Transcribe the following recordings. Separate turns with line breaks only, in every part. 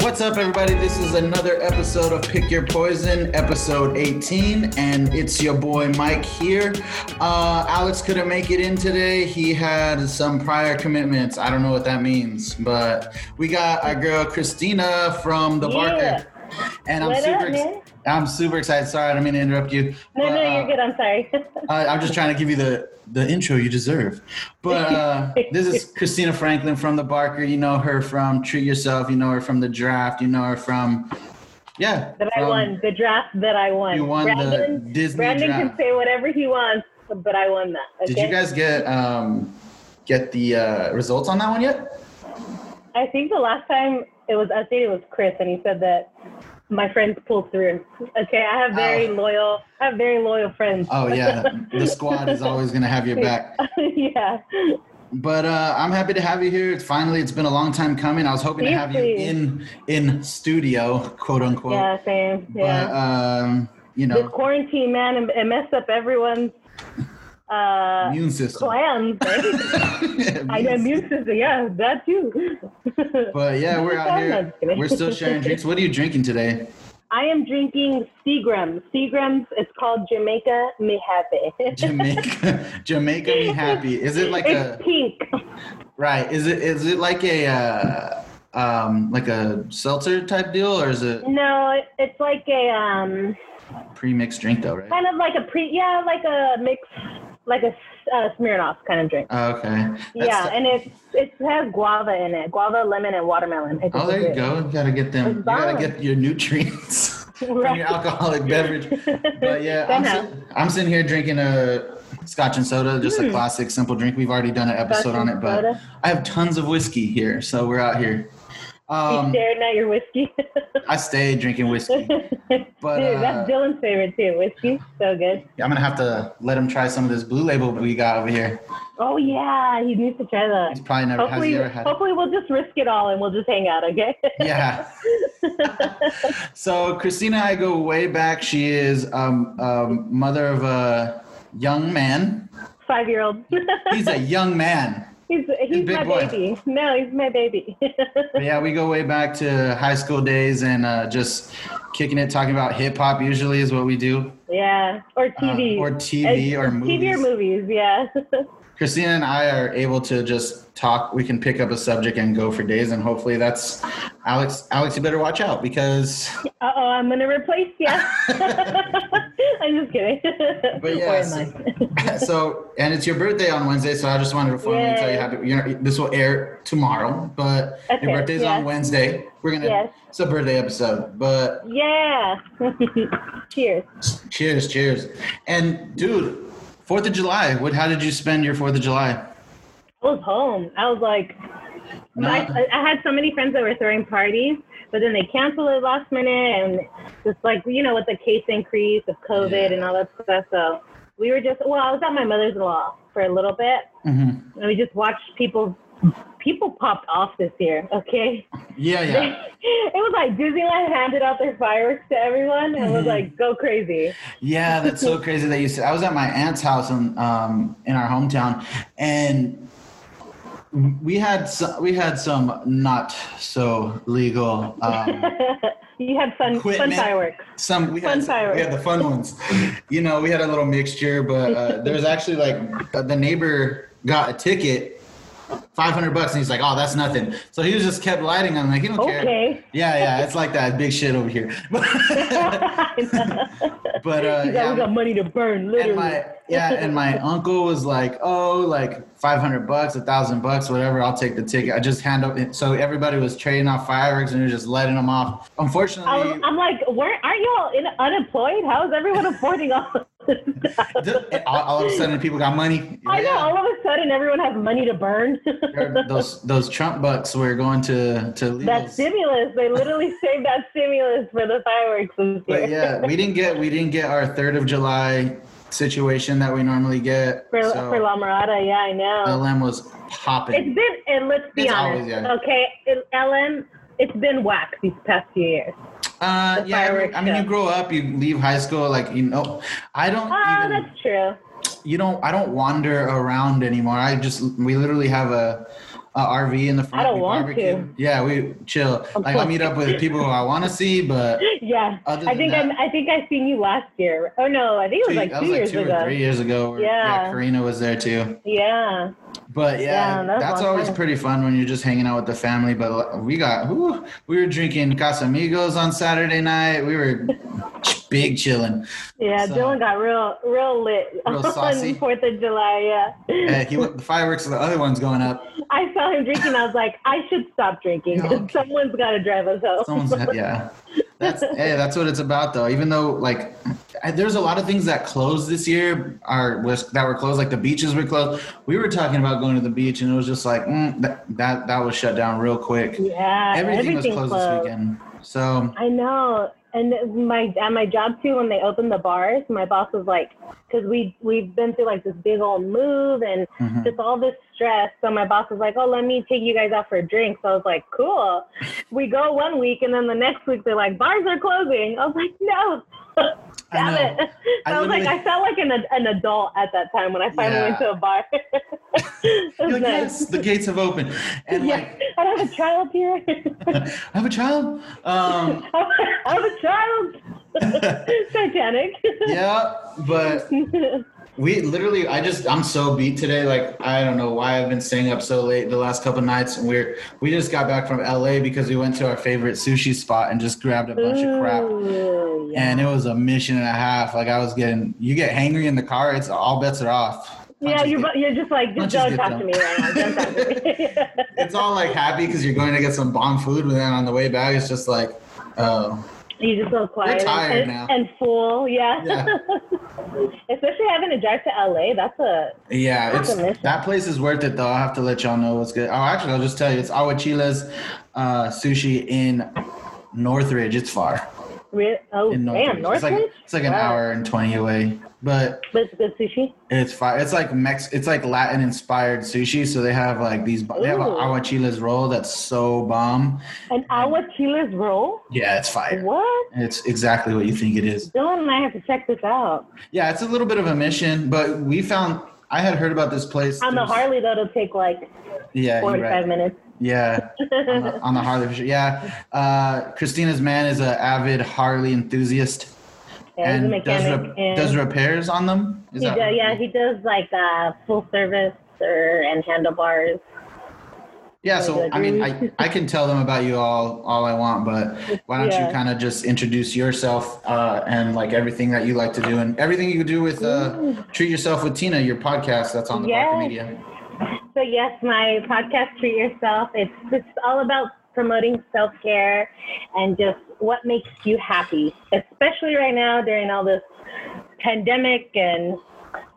What's up, everybody? This is another episode of Pick Your Poison, episode 18, and it's your boy Mike here. Uh, Alex couldn't make it in today. He had some prior commitments. I don't know what that means, but we got our girl Christina from the
Yeah.
Barker. And I'm
What
super
up,
ex-
man?
I'm super excited. Sorry, I don't mean to interrupt you.
No,
but,
no,
uh,
you're good. I'm sorry.
I, I'm just trying to give you the, the intro you deserve. But uh, this is Christina Franklin from the Barker. You know her from Treat Yourself. You know her from the draft. You know her from, yeah.
that I
from-
won the draft. That I won.
Um, You won the
Brandon,
Disney
Brandon can
draft.
say whatever he wants, but I won that. Okay?
Did you guys get um, get the uh, results on that one yet?
I think the last time it was updated was Chris, and he said that my friends pulled through. Okay, I have very
Oh.
loyal. I have very loyal friends.
Oh yeah, the squad is always gonna have your back.
yeah.
But uh, I'm happy to have you here. Finally, it's been a long time coming. I was hoping to have you
Seriously.
in in studio, quote unquote.
Yeah. Same. Yeah.
But um, you
this
know,
quarantine, man, it- it messed up everyone's uh,
immune system.
plans. right? I know
Immune
immune system. Yeah, that too.
But yeah, we're out here. We're still sharing drinks. What are you drinking today?
I am drinking Seagram. Seagram's. It's called Jamaica Mojave.
Jamaica, Jamaica me happy. Is it like
it's
a
pink.
right? Is it is it like a uh, um like a seltzer type deal or is it
No, it, it's like a um,
pre-mixed drink though? Right.
kind of like a pre. Yeah, like a mix, like a s- uh, Smirnoff kind of drink.
Oh, okay. That's
yeah,
the-
and it's it has guava in it, guava, lemon, and watermelon. It's
oh, there you go. You gotta get them.
It's
You gotta
bomb.
get your nutrients from
Right.
your alcoholic beverage. But yeah, I'm,
Somehow.
sit- I'm sitting here drinking a scotch and soda, just a classic, simple drink. We've already done an episode
Hmm. Scotch
on
and
it, but
soda.
I have tons of whiskey here, so we're out here.
you
Um,
staring at your whiskey.
I stay drinking whiskey. But,
Dude,
uh,
that's Dylan's favorite too. Whiskey, so good.
I'm gonna have to let him try some of this blue label we got over here.
Oh yeah, he needs to try that.
He's probably never has
Hopefully,
he ever had. it?
hopefully we'll just risk it all and we'll just hang out, okay?
Yeah. So Christina and I go way back. She is um, um, mother of a young man.
Five year old.
He's a young man.
he's he's
big
my
boy.
baby. No, he's my baby.
But yeah, we go way back to high school days and uh, just kicking it, talking about hip hop. Usually is what we do.
yeah, or TV.
or TV
Uh,
or
TV or movies, yeah.
Christina and I are able to just talk. We can pick up a subject and go for days, and hopefully that's Alex. Alex, you better watch out because.
uh oh, I'm gonna replace you. I'm just kidding.
But
or
yeah,
am I?
so, so- and it's your birthday on Wednesday, so I just wanted to formally tell you
Yay.
happy. You know, this will air tomorrow, but
Okay,
your birthday's on
yes.
Wednesday. We're gonna.
Yes.
It's a birthday episode, but
Yeah. Cheers.
Cheers, cheers. And dude, Fourth of July. What? How did you spend your Fourth of July?
I was home. I was like,
No.
I, I had so many friends that were throwing parties, but then they canceled it last minute, and just like you know, with the case increase of COVID
Yeah.
and all that stuff, so we were just well, I was at my mother's-in-law for a little bit,
Mhm.
and we just watched people. People popped off this year. Okay,
Yeah, yeah,
it was like Disneyland handed out their fireworks to everyone, and
Mm-hmm.
was like, go crazy.
yeah. That's so crazy that you said. I was at my aunt's house in um, in our hometown, and we had some, we had some not so legal. Um,
you had fun, fun
Equipment.
fireworks.
some we
Fun
had some- we
fireworks.
had the fun ones. You know, we had a little mixture, but uh, there was actually like uh, the neighbor got a ticket. 500 bucks and he's like oh that's nothing so he was just kept lighting i'm like you don't care
Okay.
Yeah, yeah, it's like that big shit over here. but uh,
He's like, we
yeah,
got money to burn,
and
literally.
my yeah, and my uncle was like, oh, like five hundred bucks, a thousand bucks, whatever. I'll take the ticket. I just hand up. So everybody was trading off fireworks and we were just letting them off.
I
Unfortunately,
was, I'm like, weren't aren't you all in, unemployed? How is everyone affording all this stuff?
th- all, all of a sudden people got money.
I know.
Yeah.
All of a sudden, everyone has money to burn.
Those those Trump bucks were going to to legals.
that stimulus, they literally saved that stimulus for the fireworks this year.
But yeah, we didn't get we didn't get our third of July situation that we normally get.
for
so
for La Mirada, yeah, I know.
LM was
it's
popping.
been, and let's be
It's
honest,
always, yeah.
okay, it, Ellen, it's been whack these past few years.
Uh,
the
yeah, I mean,
fireworks
I mean, you
show.
grow up, you leave high school, like you know, I don't
Oh,
even,
that's true.
you don't I don't wander around anymore. I just we literally have a uh, RV in the front.
I don't
we
want
barbecue.
to.
Yeah, we chill.
Of
Like I
course.
meet up with people who I want to see, but
yeah.
Other than
I think
that-
I'm, I think I seen you last year. Oh no, I think it was like
that
two
was like
years
two
ago.
or three years ago. where-
Yeah.
Karina was there too.
Yeah.
But yeah,
Yeah, that was
that's
a long
always
time.
pretty fun when you're just hanging out with the family. But like, we got whew, we were drinking Casamigos on Saturday night. We were ch- big chilling.
Yeah,
So-
Dylan got real, real lit
Real saucy.
on Fourth of July. Yeah,
And he the fireworks of the other ones going up.
I saw him drinking. I was like, I should stop drinking.
No.
Someone's got to drive us home.
Someone's yeah. That's hey, that's what it's about though. Even though like I, there's a lot of things that closed this year are was that were closed, like the beaches were closed. We were talking about going to the beach, and it was just like mm, that, that that was shut down real quick.
yeah,
Everything,
Uh, everything,
was closed, this weekend. So
I know. And my at my job too, when they opened the bars, my boss was like, because we we've been through like this big old move and
mhm.
just all this stress. So my boss was like, oh, let me take you guys out for a drink. So I was like, cool. We go one week, and then the next week they're like, bars are closing. I was like, no.
I
Damn
know.
it.
I
I, was like,
literally-
I felt like an, an adult at that time when I finally
Yeah.
went to a bar. it was
You're like,
nice.
yes, the gates have opened, and
yeah.
like
I have a child here.
I have a child. Um,
I have a child. Titanic.
yeah, but We literally, I just, I'm so beat today. Like, I don't know why I've been staying up so late the last couple nights. And we're, we just got back from LA because we went to our favorite sushi spot and just grabbed a bunch of crap.
Ooh, yeah.
And it was a mission and a half. Like, I was getting, you get hangry in the car, it's all bets are off.
yeah,
Punches
you're,
get-
bu- you're just like, just
Punches get
don't talk
them.
to me right now. Don't talk to me.
It's all like happy because you're going to get some bomb food. But then on the way back, it's just like, oh,
You just so quiet and-
tired
and,
now.
and full, yeah.
Yeah.
Especially having to drive to LA, that's a
yeah,
That's
it's
a mission.
that place is worth it though. I'll have to let y'all know what's good. Oh, actually, I'll just tell you, it's Awachila's uh, sushi in Northridge. It's far.
real. Oh,
in Northridge.
damn, Northridge.
It's like, it's like an
Wow.
hour and twenty away, but
But it's good sushi.
it's fine. It's like Mex. It's like Latin inspired sushi. So they have like these. They have an
Ooh.
aguachiles roll that's so bomb.
An aguachiles roll?
Yeah, it's fire.
What?
It's exactly what you think it is.
Dylan and I have to check this out.
Yeah, it's a little bit of a mission, but we found. I had heard about this place
On the
There's-
Harley, though, it'll take like
Yeah, you're
45
right.
minutes.
Yeah, on the, on the Harley. for sure. Yeah, uh, Christina's man is an avid Harley enthusiast
Yeah, he's a
and does,
mechanic.
re-
and
does repairs on them. Is
he
that
do-
right?
yeah, he does like uh, full service or, and handlebars.
Yeah, so
Really
I mean, I,
good.
I can tell them about you all all I want, but why don't you
Yeah.
kind of just introduce yourself uh, and like everything that you like to do and everything you do with uh, treat yourself with Tina, your podcast that's on the Barker
Yes.
Media.
So yes, my podcast Treat Yourself. It's it's all about promoting self care and just what makes you happy, especially right now during all this pandemic and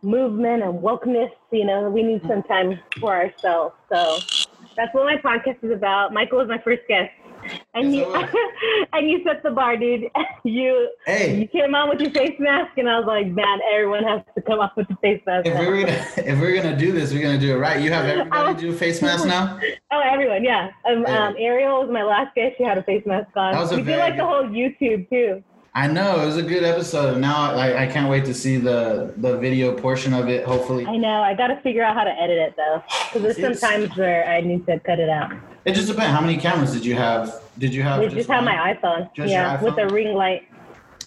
movement and wokeness. You know, we need some time for ourselves. So that's what my podcast is about. Michael was my first guest. And
Yes,
you
I
and you set the bar, dude. You you
Hey,
came on with your face mask, and I was like, man, everyone has to come off with the face mask.
if we
now."
were gonna if we are gonna do this, we're gonna do it right. You have
I
everybody
was-
do a face mask now.
Oh, everyone, yeah. Um,
Yeah.
um, Ariel was my last guest. She had a face mask on.
That was a
we
very
do like
good-
the whole YouTube too.
I know it was a good episode. Now I, I can't wait to see the the video portion of it. Hopefully,
I know. I got to figure out how to edit it though, because
It's-
there's some times where I need to cut it out.
it just depends. How many cameras did you have? Did you have?
We just have
one?
my iPhone.
Just your
yeah, with
iPhone? Uh,
a ring light.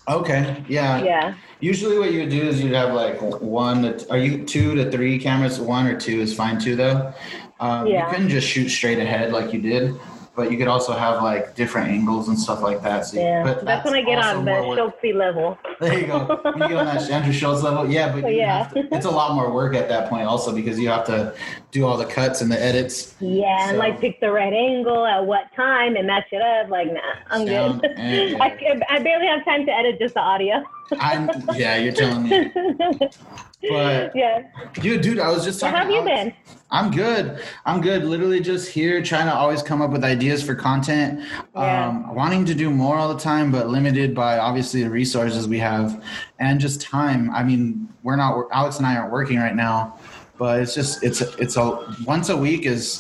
Okay. Yeah.
Yeah.
Usually, what you would do is you'd have like one, to, are you two to three cameras? One or two is fine too, though. Um,
Yeah.
You couldn't just shoot straight ahead like you did, but you could also have like different angles and stuff like that. So,
Yeah.
but
That's, when I get
also
on the
more work.
Schultzy level.
There you go. You get on that Andrew Schultz level. Yeah, but
Oh,
you
yeah.
have to- it's a lot more work at that point also because you have to do all the cuts and the edits.
Yeah, and
So-
like pick the right angle at what time and match it up. Like, nah, I'm
Sound
good.
and-
I, ca- I barely have time to edit just the audio.
I'm yeah, you're telling me. But
yeah.
dude, dude, I was just
So
talking.
how have you
to Alex-
been?
I'm good. I'm good. Literally just here trying to always come up with ideas for content.
Yeah.
Um, wanting to do more all the time, but limited by obviously the resources we have and just time. I mean, we're not, Alex and I aren't working right now, but it's just, it's, it's a, once a week is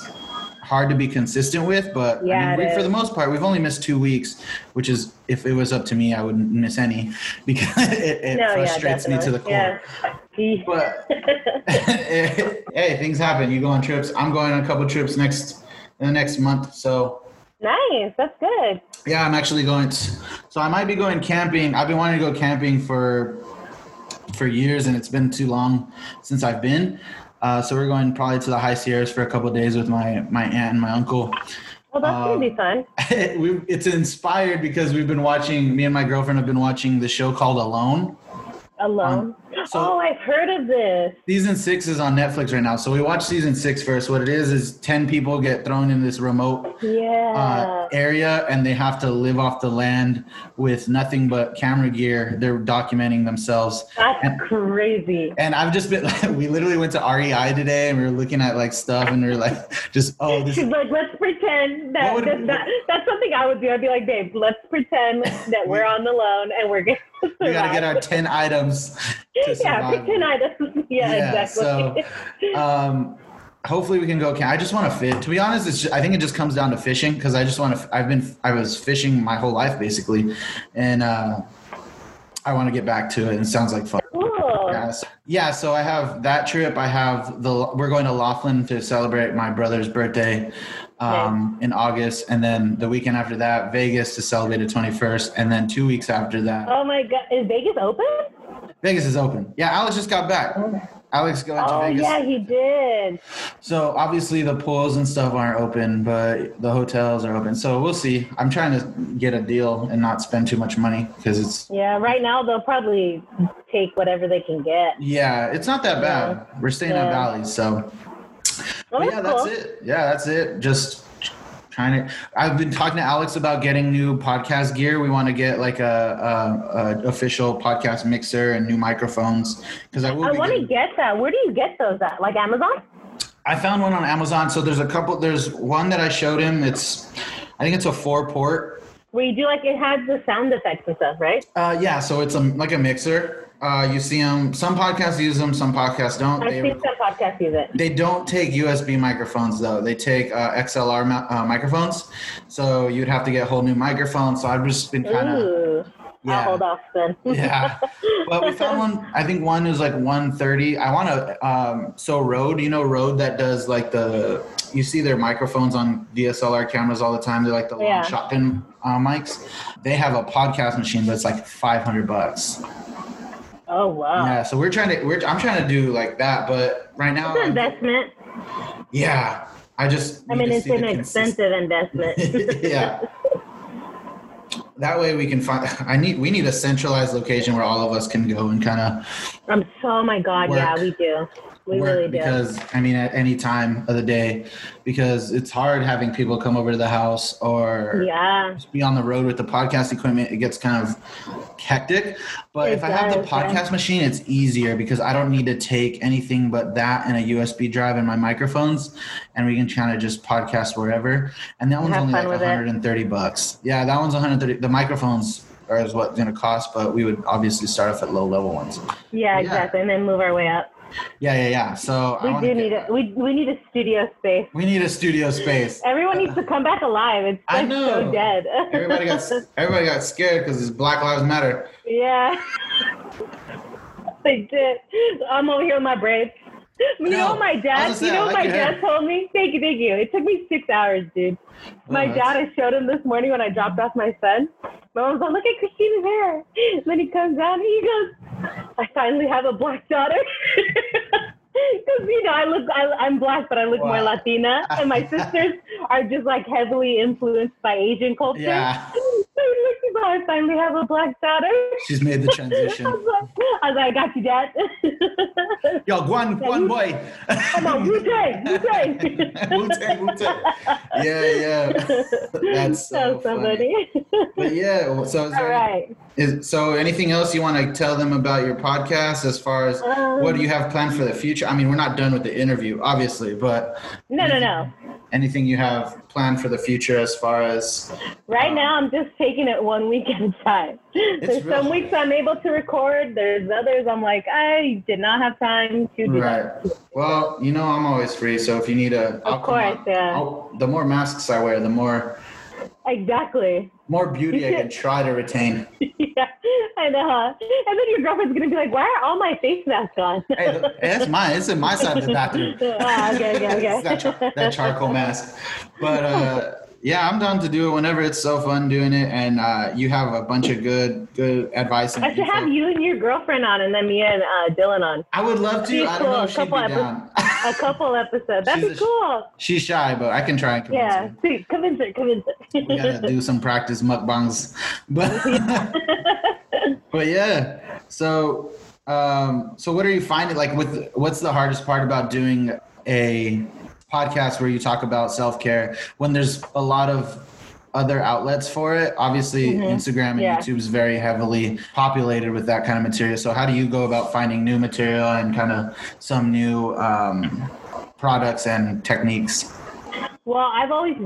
hard to be consistent with, but I
Yeah,
mean,
it
we- for
is.
the most part, we've only missed two weeks, which is, if it was up to me, I wouldn't miss any because it, it
No, yeah,
frustrates me to the core.
definitely. Yeah.
But hey, things happen. You go on trips. I'm going on a couple trips next in the next month. So
Nice. That's good.
yeah, I'm actually going. To, so I might be going camping. I've been wanting to go camping for for years, and it's been too long since I've been. Uh, so we're going probably to the High Sierras for a couple of days with my my aunt and my uncle.
Well, that's
Uh,
gonna be fun.
we, it's inspired because we've been watching. Me and my girlfriend have been watching the show called Alone.
Alone.
so-
oh, I've heard of this.
Season six is on Netflix right now. So we watched season six first. What it is is ten people get thrown in this remote
Yeah.
uh, area and they have to live off the land with nothing but camera gear. They're documenting themselves.
that's crazy.
And I've just been like, we literally went to REI today and we were looking at like stuff and we were like, just, oh, this
She's like, let's pretend that,
What would-
that, that that's something I would do. I'd be like, babe, let's pretend that we're on the loan and we're gonna survive.
we got to get our 10 items to
yeah,
survive.
pretend I. Yeah,
Yeah,
exactly.
um, hopefully we can go camp. I just want to fit. To be honest, it's ju- I think it just comes down to fishing because I just want to. I've been I was fishing my whole life basically, and uh, I want to get back to it. And it sounds like fun.
cool.
Yes. Yeah. So I have that trip. I have the. We're going to Laughlin to celebrate my brother's birthday. Um, in August, and then the weekend after that, Vegas to celebrate the 21st, and then two weeks after that,
Oh my god, is Vegas open?
Vegas is open. Yeah, Alex just got back. Alex going to
Oh
Vegas.
yeah, he did.
So obviously the pools and stuff aren't open, but the hotels are open. So we'll see. I'm trying to get a deal and not spend too much money because it's
Yeah, right now they'll probably take whatever they can get.
yeah, it's not that bad. We're staying in
Yeah.
Valley, so
Well,
but Oh, yeah, that's
Oh, cool.
it. Yeah, that's it. Just trying to. I've been talking to Alex about getting new podcast gear. We want to get like a, a, a official podcast mixer and new microphones because I will.
I
be
want to
getting-
get that. Where do you get those at? Like Amazon?
I found one on Amazon. So there's a couple. There's one that I showed him. It's I think it's a four port.
Where you do like it has the sound effects and stuff, right?
Uh, yeah, so it's a, like a mixer. Uh, you see them. Some podcasts use them. Some podcasts don't.
I've
They,
seen some podcasts use it.
they don't take USB microphones though. They take uh, XLR mi- uh, microphones. So you'd have to get whole new microphones. So I've just been kind of
Ooh,
yeah.
I'll hold off then.
yeah. But we found one. I think one is like 130. I want to. Um, so Rode, you know Rode that does like the. You see their microphones on DSLR cameras all the time. They're like the long
Yeah.
shotgun uh, mics. They have a podcast machine that's like 500 bucks.
oh wow,
Yeah, so we're trying to. We're, I'm trying to do like that, but right now,
it's an investment.
yeah, I just.
I
need
mean,
to
it's
see
an
the consist-
expensive investment.
yeah. That way we can find. I need. We need a centralized location where all of us can go and kind of
I'm so. Oh my god, yeah,
Work.
we do. We
work
really do.
because I mean at any time of the day, because it's hard having people come over to the house or
yeah.
just be on the road with the podcast equipment. It gets kind of hectic. But
It
if I have the
does, yeah.
podcast machine, it's easier because I don't need to take anything but that and a USB drive and my microphones, and we can kind of just podcast wherever. And that one's
Have
only like
fun with it.
130 bucks. Yeah, that one's 130. The microphones are is what's going to cost, but we would obviously start off at low level ones.
yeah, exactly, and then move our way up.
Yeah, yeah, yeah. So I
We
wanna
do
get
need
that.
a we we need a studio space.
We need a studio space.
Everyone needs to come back alive. It's
I
like
know.
so dead.
Everybody got everybody got scared because it's Black Lives Matter.
yeah. they did. I'm over here with my braids.
No,
You know what my
I
dad.
was gonna say,
you know
I
what
like
my
your
dad
hair. Oh,
told me. Thank you, thank you. It took me six hours, dude. My
that's-
dad. I showed him this morning when I dropped off my son. My mom's like, "Look at Christina's hair." And then he comes out and he goes, "I finally have a black daughter." Because you know, I look, I, I'm black, but I look more
Wow.
Latina, and my sisters are just like heavily influenced by Asian culture.
Yeah.
So look, he's like, I finally have a black daughter.
She's made the
I was
transition.
like, I was like, I got you, Dad.
Yo, Guan, Guan
you-
boy.
Come on, Wu Tang, Wu Tang.
Wu-Tang, Wu-Tang. Yeah, yeah. That's so, funny. But yeah, well, so is
All
there,
right.
is- so anything else you want to tell them about your podcast as far as what do you have planned
Um,
for the future? I mean, we're not done with the interview, obviously, but
No, no, no.
anything you have planned for the future as far as
Right
Um,
now, I'm just taking it one week at a time. There's
real-
some weeks I'm able to record. There's others I'm like, I did not have time to do
right.
that.
Well, you know I'm always free, so if you need a
Of
I'll come
course,
on.
yeah.
I'll- the more masks I wear, the more
Exactly.
More beauty I can try to retain.
yeah, I know. huh? And then your girlfriend's gonna be like, "Why are all my face masks on?"
Hey, th- hey, that's mine. It's in my side of the bathroom.
Ah, okay, okay, okay.
It's that, char- that charcoal mask. But uh, yeah, I'm down to do it whenever it's so fun doing it. And uh, you have a bunch of good good advice. And
I should
info.
have you and your girlfriend on, and then me and uh, Dylan on
I would love to.
She's
I don't know
cool.
if she'd be
Couple episodes.
down.
a couple episodes. That'd be
Jesus.
cool.
She's shy, but I can try and convince
Yeah,
her.
see, convince her, convince her.
We gotta do some practice mukbangs, but but yeah. So um, so what are you finding? Like, with what's the hardest part about doing a podcast where you talk about self care when there's a lot of other outlets for it? Obviously, Instagram and
Yeah.
YouTube is very heavily populated with that kind of material. So how do you go about finding new material and kind of some new um, products and techniques?
Well, I've always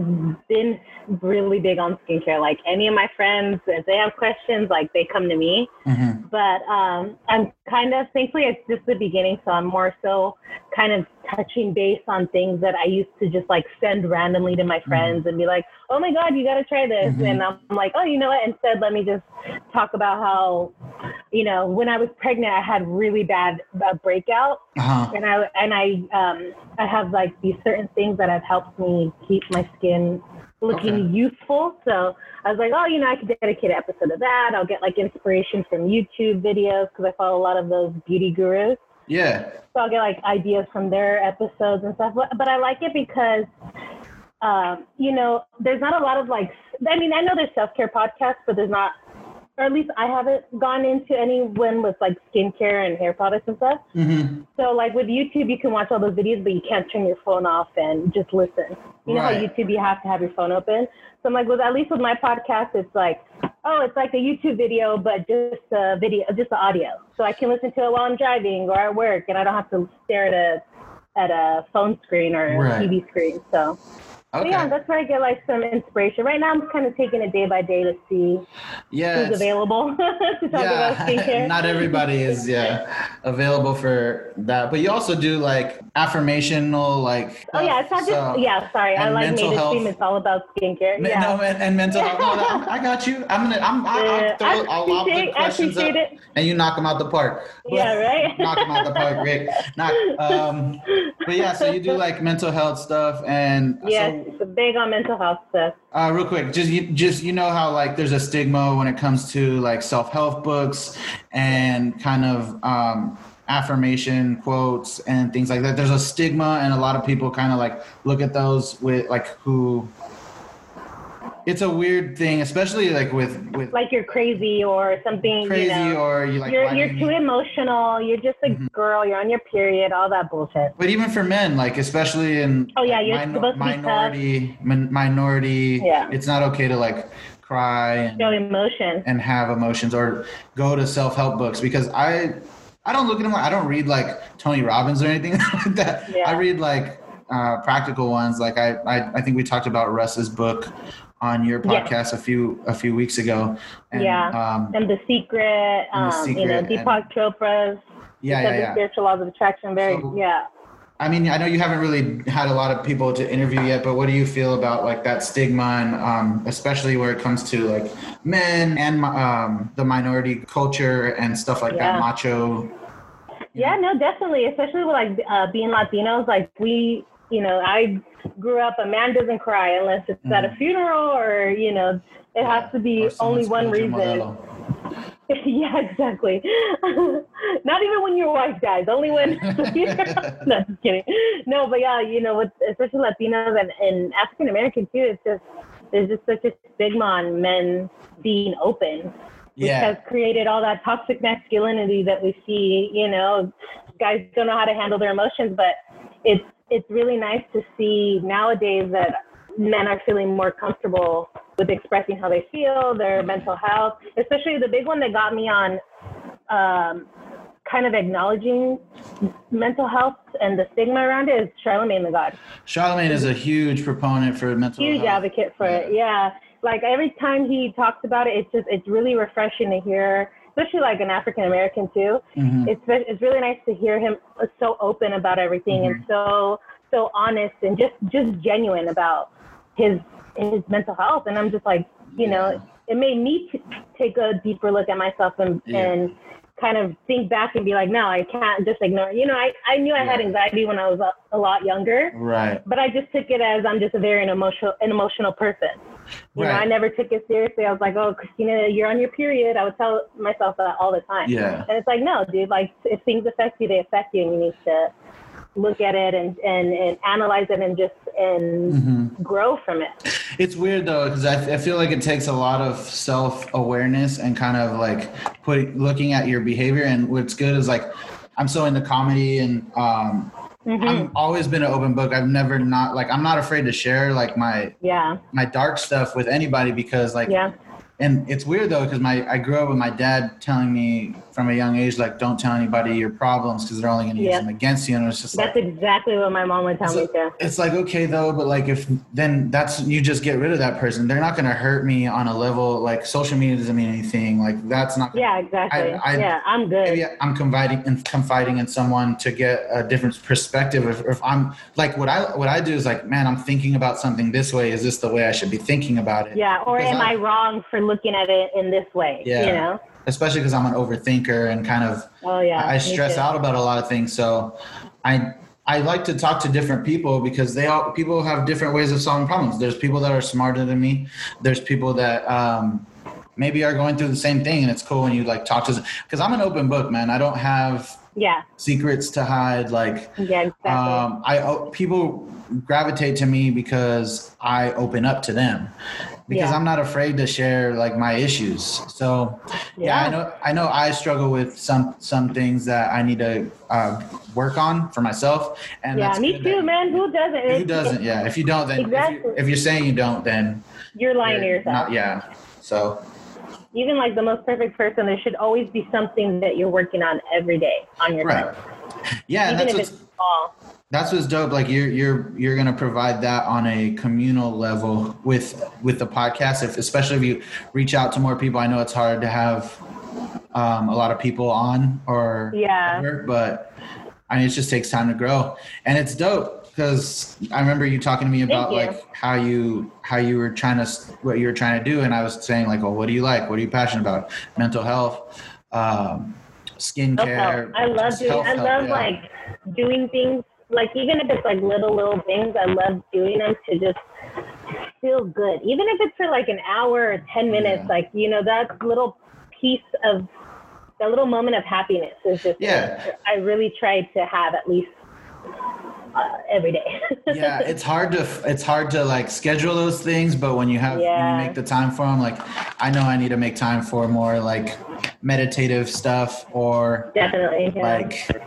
been really big on skincare. Like any of my friends, if they have questions, like they come to me.
Mhm.
But um, I'm kind of thankfully it's just the beginning, so I'm more so kind of touching base on things that I used to just like send randomly to my
Mm-hmm.
friends and be like, "Oh my God, you gotta try this,"
Mhm.
and I'm like, "Oh, you know what?" Instead, let me just talk about how, you know, when I was pregnant, I had really bad uh, breakout,
Uh-huh.
and I and I um I have like these certain things that have helped me keep my skin looking
Okay.
youthful. So I was like, oh, you know, I could dedicate an episode of that. I'll get like inspiration from YouTube videos because I follow a lot of those beauty gurus.
Yeah.
So I'll get like ideas from their episodes and stuff. But, but I like it because, um, you know, there's not a lot of like, I mean, I know there's self care podcasts, but there's not, or at least I haven't gone into anyone with like skincare and hair products and stuff.
Mm-hmm.
So, like with YouTube, you can watch all those videos, but you can't turn your phone off and just listen. You know how
Right.
YouTube, you have to have your phone open. So, I'm like, with at least with my podcast, it's like, oh, it's like a YouTube video, but just a video, just the audio. So I can listen to it while I'm driving or at work, and I don't have to stare at a at a phone screen or
Right.
a TV screen. So, but
Okay.
yeah,
Yeah.
that's where I get like some inspiration. Right now, I'm kind of taking it day by day to see who's
it's-
available to talk about
yeah.
skincare.
Not everybody is yeah available for that, but you also do like affirmational like.
Oh yeah, it's not
stuff,
just
so-
yeah. Sorry, I
and
like
mental
made it
health.
seem it's all about skincare.
Me-
yeah,
No, and, and mental health. No, no, I got you. I'm gonna. I'm. I,
Yeah,
I'll throw
I
I'll lob the
appreciate- I
questions up,
appreciate it.
and you knock them out the park.
yeah, right.
knock them out the park, Rick. Knock. Um, but yeah, so you do like mental health stuff, and
yes,
so
it's big on mental health stuff.
Uh, real quick, just you, just you know how like there's a stigma when it comes to like self help books and kind of um, affirmation quotes and things like that. There's a stigma, and a lot of people kind of like look at those with like who. It's a weird thing, especially like with with
Like you're crazy or something.
crazy
you know.
or you like.
you're
why do
you're
you Mm-hmm.
too
need-
emotional. You're just a girl. You're on your period. All that bullshit.
But even for men, like especially in
Oh, yeah, you're
minor-
supposed to be tough.
minority min- minority,
Yeah.
it's not okay to like cry and
Show emotion.
and have emotions or go to self-help books because I I don't look at them like I don't read like Tony Robbins or anything like that.
Yeah.
I read like uh, practical ones. Like I, I I think we talked about Russ's book on your
Yeah.
podcast a few a few weeks ago.
Yeah.
Um,
And the secret.
And
Um,
The
you know,
Secret and-
Deepak Chopra's.
yeah,
Seven
yeah, yeah.
Spiritual laws of attraction. Very
So-
yeah.
I mean, I know you haven't really had a lot of people to interview yet, but what do you feel about like that stigma and um, especially where it comes to like men and mi- um, the minority culture and stuff like that
Yeah.
macho
Yeah, no, definitely, especially with like uh, being Latinos. Like we, you know, I grew up. A man doesn't cry unless it's at a funeral, or you know, it has to be
Mm-hmm. or someone
only one
spilled your
reason.
Modelo.
yeah, exactly. Not even when your wife dies. Only when. no, just kidding. No, but yeah, you know, with especially Latinos and, and African American too, it's just there's just such a stigma on men being open which
Yeah,
has created all that toxic masculinity that we see. You know, guys don't know how to handle their emotions, but it's it's really nice to see nowadays that men are feeling more comfortable with expressing how they feel, their mental health, especially the big one that got me on um, kind of acknowledging mental health and the stigma around it is Charlemagne the God
Charlemagne is a huge proponent for mental
huge
health.
advocate for it. Yeah. Like every time he talks about it, it's just, it's really refreshing to hear, especially like an African American too.
Mhm.
It's, ve- it's really nice to hear him uh, so open about everything
Mm-hmm.
and so, so honest and just, just genuine about his, his mental health. And I'm just like, you know, it made me t- take a deeper look at myself and,
Yeah.
and kind of think back and be like, no, I can't just ignore. it." You know, I, I knew I had
Yeah.
anxiety when I was a, a lot younger,
Right.
but I just took it as I'm just a very an emotional an emotional person. You know, I
Right.
never took it seriously. I was like, oh, Christina, you're on your period. I would tell myself that all the time.
Yeah.
And it's like, no, dude, like if things affect you, they affect you and you need to look at it and, and, and analyze it and just and
hmm
grow from it.
It's weird though, because I, I feel like it takes a lot of self awareness and kind of like put looking at your behavior. And what's good is like, I'm so into comedy and um,
Mhm.
I've always been an open book. I've never not like I'm not afraid to share like my
Yeah.
my dark stuff with anybody because like
Yeah.
and it's weird though because my I grew up with my dad telling me from a young age like don't tell anybody your problems because they're only going to use
Yeah.
them against you and it's just
That's
like
exactly what my mom would tell me too.
it's like okay though but like if then that's you just get rid of that person they're not going to hurt me on a level like social media doesn't mean anything like that's not
Yeah, exactly.
I- I-
yeah, I'm good.
maybe I'm confiding in confiding in someone to get a different perspective. If, if I'm like what I what I do is like, man, I'm thinking about something this way. Is this the way I should be thinking about it?
yeah, or
because
am
I-
I, wrong for looking at it in this way?
Yeah.
You know?
Especially because I'm an overthinker and kind of
Oh yeah.
I
me
stress
too.
out about a lot of things. So I I like to talk to different people because they all people have different ways of solving problems. There's people that are smarter than me. There's people that um, maybe are going through the same thing, and it's cool when you like talk to. Because I'm an open book, man. I don't have
Yeah.
secrets to hide. Like
Yeah, exactly.
um, I o- people gravitate to me because I open up to them because
Yeah.
I'm not afraid to share like my issues. So yeah, I
Yeah.
know I know I struggle with some some things that I need to uh, work on for myself. And
yeah,
that's
me
good
too,
that-
man. Who doesn't?
Who
It's-
doesn't? Yeah, if you don't, then if,
Exactly.
you, if you're saying you don't, then
You're lying to
you're
yourself.
not- yeah. So
uh, even like the most perfect person, there should always be something that you're working on every day on your
right. Yeah, and
even
that's
if
what's,
it's small.
that's what's dope like you're you're you're gonna provide that on a communal level with with the podcast if especially if you reach out to more people i know it's hard to have um, a lot of people on or
Yeah.
whatever, but i mean it just takes time to grow and it's dope because i remember you talking to me about
you.
like how you how you were trying to s- what you were trying to do and i was saying like well what do you like what are you passionate about mental health um
Self
skincare
help. Oh, I love
just
doing.
health
I
help,
love
yeah.
like doing things. Like even if it's like little little things, I love doing them to just feel good. Even if it's for like an hour or ten minutes,
Yeah.
like you know that little piece of that little moment of happiness is just.
Yeah.
I really try to have at least uh, every day.
yeah it's hard to it's hard to like schedule those things but when you have when
Yeah.
you make the time for them like i know i need to make time for more like meditative stuff or
Definitely. yeah.
like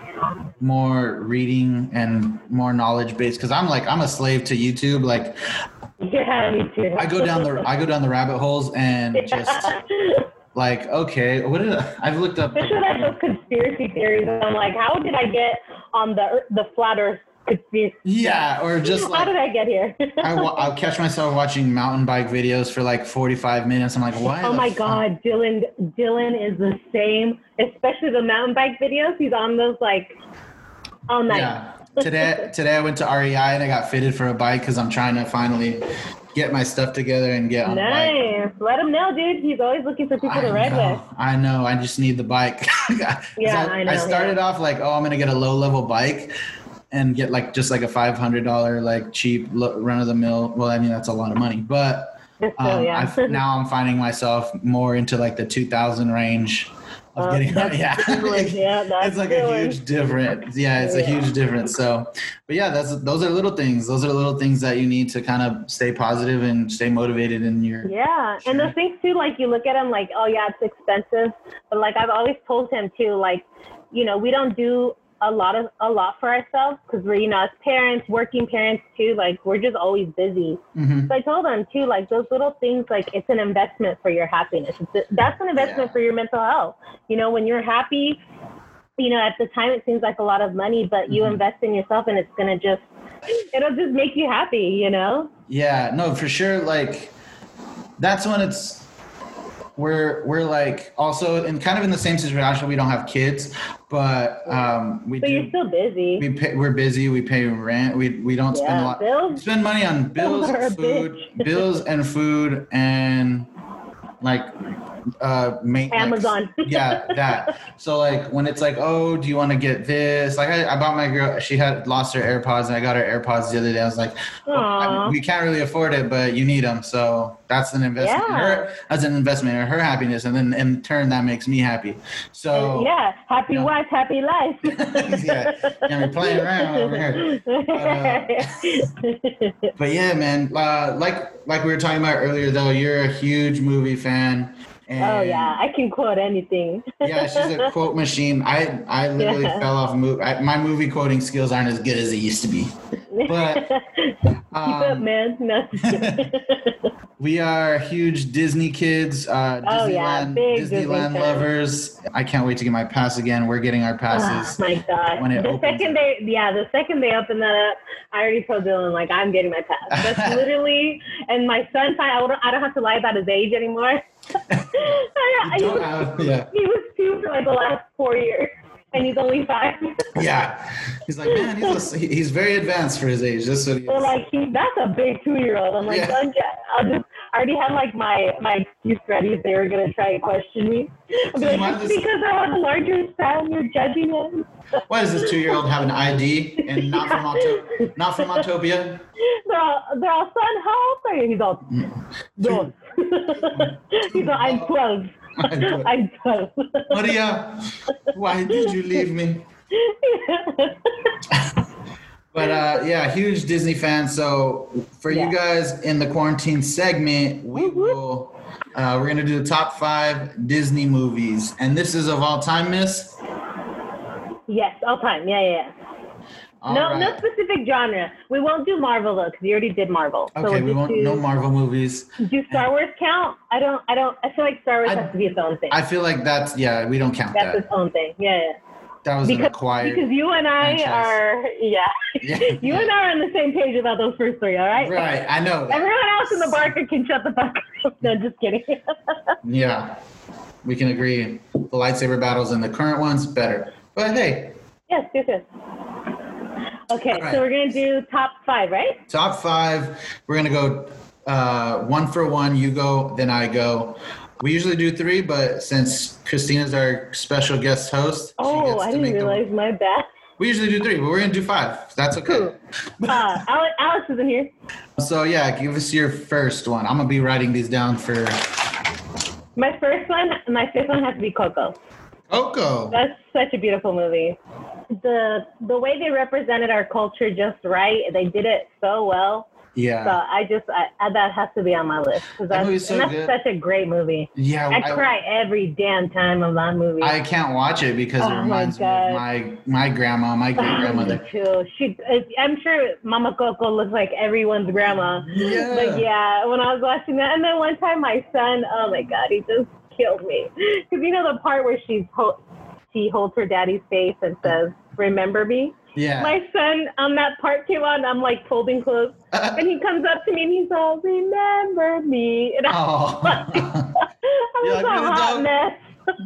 more reading and more knowledge based because i'm like i'm a slave to youtube like
Yeah, me too.
i go down the i go down the rabbit holes and just like okay what did I, i've looked up
Especially like those conspiracy theories. I'm like, how did I get on the ear- the flat Earth conspiracy?
yeah or just
how
like
did I get here?
I wa- I'll catch myself watching mountain bike videos for like 45 minutes. I'm like, why?
oh
the
my
fuck
God, Dylan! Dylan is the same. Especially the mountain bike videos. He's on those like oh all night.
Yeah. Today, today I went to REI and I got fitted for a bike because I'm trying to finally get my stuff together and get on a bike.
Nice. Let him know, dude. He's always looking for people
I
to ride with.
know, I know. I just need the bike. 'Cause
Yeah, I know,
started off like, oh, I'm gonna get a low level bike and get like just like a five hundred dollar like cheap run of the mill. Well, I mean that's a lot of money, but
Just so,
um,
Oh, yeah.
I've, now I'm finding myself more into like the two thousand range of
Oh,
getting.
that's
Yeah,
Dylan, yeah, that's
it's like
Dylan.
a huge difference. Yeah, it's a
Yeah.
huge difference. So, but yeah, that's those are little things. Those are little things that you need to kind of stay positive and stay motivated in your.
Yeah,
Sure.
and those things too, like you look at them like, oh yeah, it's expensive, but like I've always told him too, like, you know, we don't do a lot of a lot for ourselves because we're you know as parents, working parents too, like we're just always busy.
Mhm.
So I told him too, like those little things, like it's an investment for your happiness. It's a, that's an investment
Yeah.
for your mental health. You know, when you're happy, you know at the time it seems like a lot of money, but you
Mhm.
invest in yourself, and it's gonna just it'll just make you happy. You know?
Yeah, no, for sure. Like, that's when it's we're we're like also in kind of in the same situation. We don't have kids, but um, we
But you're
do.
still busy.
We pay, we're busy. We pay rent. We we don't spend a lot.
bills.
spend money on bills,
You're a
food, bills and food, and like uh make like-
Amazon.
yeah that so like when it's like oh do you want to get this like I, I bought my girl she had lost her airpods and i got her airpods the other day i was like well, I-
Aw.
we can't really afford it but you need them so that's an investment in her that's an investment in her happiness and then in turn that makes me happy so
yeah, happy
Yeah.
wife, happy life.
Yeah. Yeah, we're playing around over here. Uh, But yeah, man, uh, like like we were talking about earlier, though, you're a huge movie fan. And
oh yeah, I can quote anything.
yeah, she's a quote machine. I I literally
Yeah.
fell off. Mo- I, my movie quoting skills aren't as good as they used to be. But,
keep up,
Um,
man. No.
we are huge Disney kids. Uh, Disneyland,
Oh, yeah, big Disney
Disneyland
fans.
lovers. I can't wait to get my pass again. We're getting our
Oh
passes.
my god!
when it
the
opens
second
up.
they, yeah, the second they open that up, I already told Dylan like I'm getting my pass. That's literally, and my son, I don't, I don't have to lie about his age anymore. I, I, he,
Don't
was,
have- yeah,
he was two for like the last four years, and he's only five.
yeah. He's like, man, he's, a, he- he's very advanced for his age. That's what he
So
is.
like he, that's a big two-year-old. I'm like,
Yeah.
"Don't you- I'll just, I already had like my my excuse ready if they were gonna try and question me. I'll
So
be
you
like,
want
just
this-
because I have a larger son, you're judging him.
Why does this two-year-old have an ID and not from Monto- not from Montopia?
They're all, they're all son, how old are you? He's all,
Mm.
don't. He's all, I'm 12. I'm 12.
Maria, why did you leave me? But uh, yeah, huge Disney fan. So for
Yeah.
you guys in the quarantine segment, we
Whoop, whoop.
will uh, we're gonna do the top five Disney movies, and this is of all time, Miss.
yes, all time. Yeah, yeah. yeah.
All
no,
right.
no specific genre. We won't do Marvel though, because you already did Marvel. so
Okay,
we'll
we
just
won't.
do,
No Marvel movies.
do Star Wars count? I don't. I don't. I feel like Star Wars
I-
has to be its own thing.
I feel like that's yeah. We don't count
That's
that.
its own thing. Yeah, yeah.
That was an
Because,
acquired.
because you and I
franchise.
are, yeah.
Yeah.
You and I are on the same page about those first three. All right.
right. I know. that.
Everyone else in the barker can shut the fuck up. No, just kidding.
Yeah, we can agree. The lightsaber battles in the current ones better. But hey,
yes, yes, yes. Okay,
All right.
so we're gonna do top five, right?
top five. We're gonna go uh, one for one. You go, then I go. We usually do three, but since Christina's our special guest host, she
Oh,
gets
I
to
didn't
make the-
realize my bad.
we usually do three, but we're gonna do five. That's okay.
Cool. Uh, Alex, Alex is in here.
So yeah, give us your first one. I'm gonna be writing these down for
My first one, my fifth one has to be Coco.
Coco.
That's such a beautiful movie. The the way they represented our culture just right, they did it so well. So
Yeah,
I just I, I- that has to be on my list 'cause that's,
movie's so
and that's
good.
such a great movie.
yeah.
I, cry every damn time of that movie.
I can't watch it because
Oh
it
my
reminds me
God.
of my my grandma, my great grandmother.
Me too. She, I'm sure Mama Coco looks like everyone's grandma.
Yeah.
But yeah, when I was watching that, and then one time my son, oh my god, he just killed me because you know the part where she's ho- she holds her daddy's face and says, "Remember me."
Yeah.
My son on that part came on. I'm like folding clothes, and he comes up to me and he's all, "Remember me," and I,
Oh,
I
You're
was
like,
a
"Really,
hot
dog?"
mess.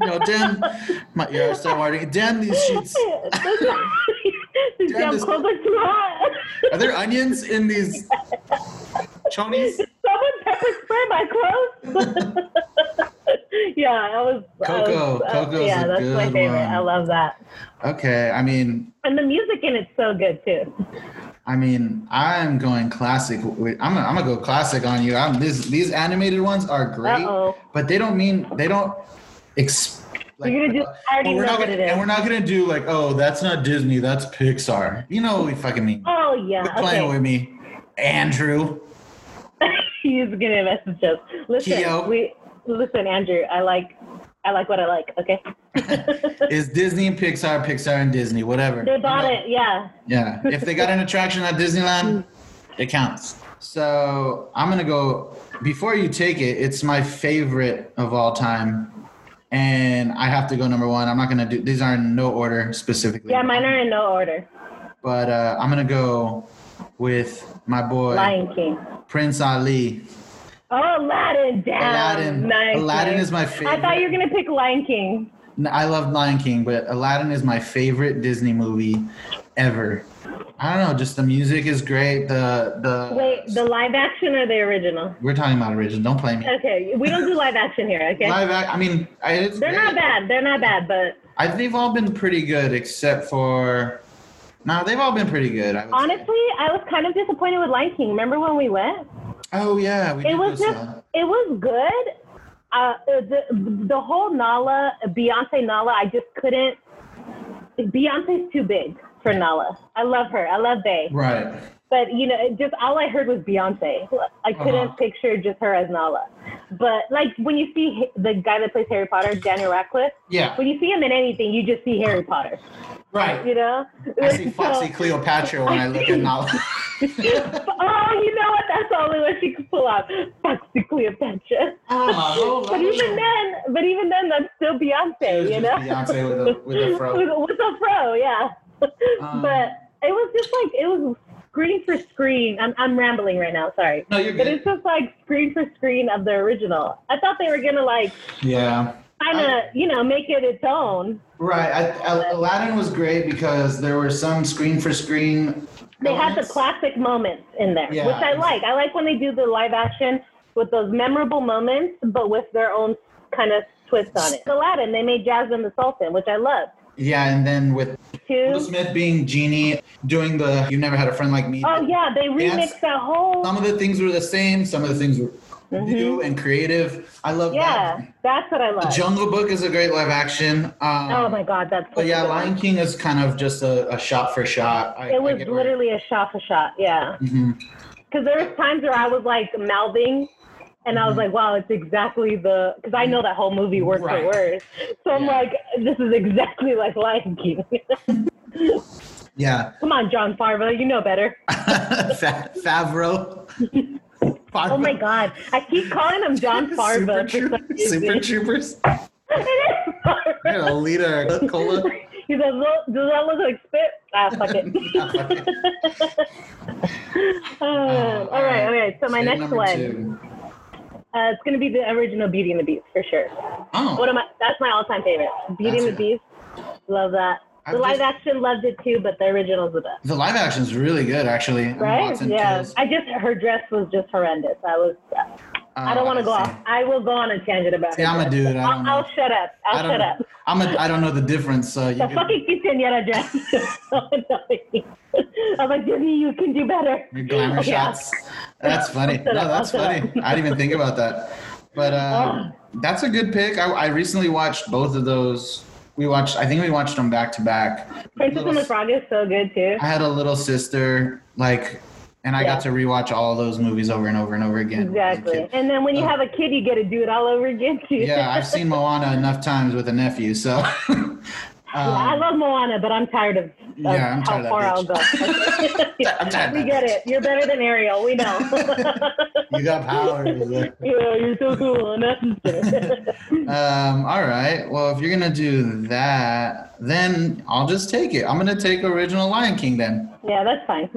no, Dan, my ears still hurting. Dan, these sheets
These
Damn,
damn
this-
clothes are too hot.
are there onions in these chonies?
Someone pepper spray my clothes. yeah, I was.
Coco.
I was, uh,
Coco's
yeah,
a
that's my
good
favorite.
one.
I love that.
Okay, I mean,
And the music in it's so good too.
I mean, I'm going classic. With, I'm gonna, I'm gonna go classic on you. I'm this. These animated ones are great,
Uh-oh.
but they don't mean they don't. Ex- like,
You're gonna do. I
but
already
we're
know
not
what
gonna,
it
and we're
is.
not gonna do like, oh, that's not Disney, that's Pixar. You know what we fucking mean.
Oh yeah.
Quit playing
Okay.
with me, Andrew.
He's gonna message us. Listen,
Keo.
we listen, Andrew. I like. I like what I like. Okay.
Is Disney and Pixar, Pixar and Disney, whatever.
they bought it. Yeah.
Yeah. If they got an attraction at Disneyland, it counts. So I'm gonna go before you take it, it's my favorite of all time. And I have to go number one. I'm not gonna do these are in no order specifically.
Yeah. Mine are in no order.
but uh, I'm gonna go with my boy
Lion King.
Prince Ali.
Oh, Aladdin. Damn.
Aladdin.
Nice.
Aladdin
nice.
is my favorite.
I thought you were gonna pick Lion King.
N- I love Lion King, but Aladdin is my favorite Disney movie ever. I don't know. Just the music is great. The the
Wait, the live action or the original?
we're talking about original. Don't play me.
Okay, we don't do live action here. Okay,
Live act. I mean, I, it's
they're
great.
not bad. They're not bad, but
I they've all been pretty good except for. No, they've all been pretty good. I would say.
honestly, I was kind of disappointed with Lion King. Remember when we went?
Oh yeah, we
It
did
was
this,
just,
uh,
it was good. Uh, the the whole Nala, Beyonce Nala, I just couldn't. Beyonce's too big for Nala. I love her. I love Bey.
right.
But you know, it just all I heard was Beyonce. I couldn't
Uh-huh.
picture just her as Nala. But like when you see h- the guy that plays Harry Potter, Daniel Radcliffe,
Yeah,
when you see him in anything, you just see Harry Potter.
right.
You know?
I see
So-
Foxy Cleopatra when I look at Nala.
oh, you know what? That's the only one she could pull off. Foxy Cleopatra.
Oh,
But even then, but even then, that's still
It
Beyonce,
was
you
just
know.
Beyonce with a- with a fro.
with, with a fro, yeah.
Um,
but it was just like it was screen for screen. I'm I'm rambling right now. Sorry.
No, you're
But
good.
it's just like screen for screen of the original. I thought they were gonna like
Yeah.
kind of you know make it its own.
Right. I, Al- Aladdin was great because there were some screen for screen.
They had the
elements.
classic moments in there,
Yeah,
which I
exactly.
like. I like when they do the live action with those memorable moments, but with their own kind of twist on it. Aladdin, they made Jasmine the Sultan, which I love.
Yeah, and then with Will
Two.
Smith being genie, doing the "You've Never Had a Friend Like Me."
Oh yeah, they
Dance.
remixed that whole.
Some of the things were the same. Some of the things were new and creative. I love
Mm-hmm. Yeah,
that.
that's what I
The
love.
Jungle Book is a great live action. Um,
Oh my god, that's.
But yeah,
so good.
Lion King is kind of just a, a shot for shot. I, I
It was
get where-
literally a shot for shot, yeah.
Mhm.
Because there was times where I was like mouthing, and I was like, "Wow, it's exactly the." Because I know that whole movie word
Mm-hmm. Right.
for word, so I'm
Yeah.
like, "This is exactly like Lion King."
Yeah,
Come on, John Farva, you know better.
Fa- Favreau.
Oh my God, I keep calling him John Farva. for
Super,
some
Troopers.
reason.
Super Troopers.
It is Farva.
Yeah, Alita or Cola.
He's like, "Look, does that look like spit? Ah, fuck it. Uh, all right, all right. So my
Say
next
number
one.
two.
Uh, it's gonna be the original Beauty and the Beast for sure.
Oh,
One of my that's my all time favorite. Beauty and the
That's
Beast. Love that. The
I've
live
just-
action loved it too, but the original's the best.
the live action is really good, actually. Emma
Right?
Watson
yeah.
kills.
I just her dress was just horrendous. I was I
Uh,
don't want to go
see.
off. I will go on a tangent about
See,
it.
I'm a dude. I
I'll,
don't know.
I'll shut up. I'll
I don't
shut
know.
up.
I'm a. I don't know the difference. So you
The
could-
fucking quinceanera dress. Oh, I'm like Disney, you can do better.
your glamour
Okay, I'll-
shots. That's funny.
Oh, I'll shut
No,
up, Oh.
that's
I'll shut
funny. I didn't even think about that. But uh, that's a good pick. I, I recently watched both of those. We watched. I think we watched them back to back.
Princess and the Frog is so good too.
I had a little sister, like, and I
Yeah.
got to rewatch all those movies over and over and over again. when I was a
Exactly.
kid.
And then when you have a kid, you get to do it all over again too.
Yeah, I've seen Moana enough times with a nephew, so. um,
Yeah, I love Moana, but I'm tired of, of
Yeah, I'm
how
tired of
far
that
I'll go.
I'm tired of that
we get
bitch.
it. You're better than Ariel. We know.
you got powers. uh,
yeah, you're so cool. and that's-
Um, all right. Well, if you're gonna do that, then I'll just take it. I'm gonna take original Lion King then.
yeah, that's fine.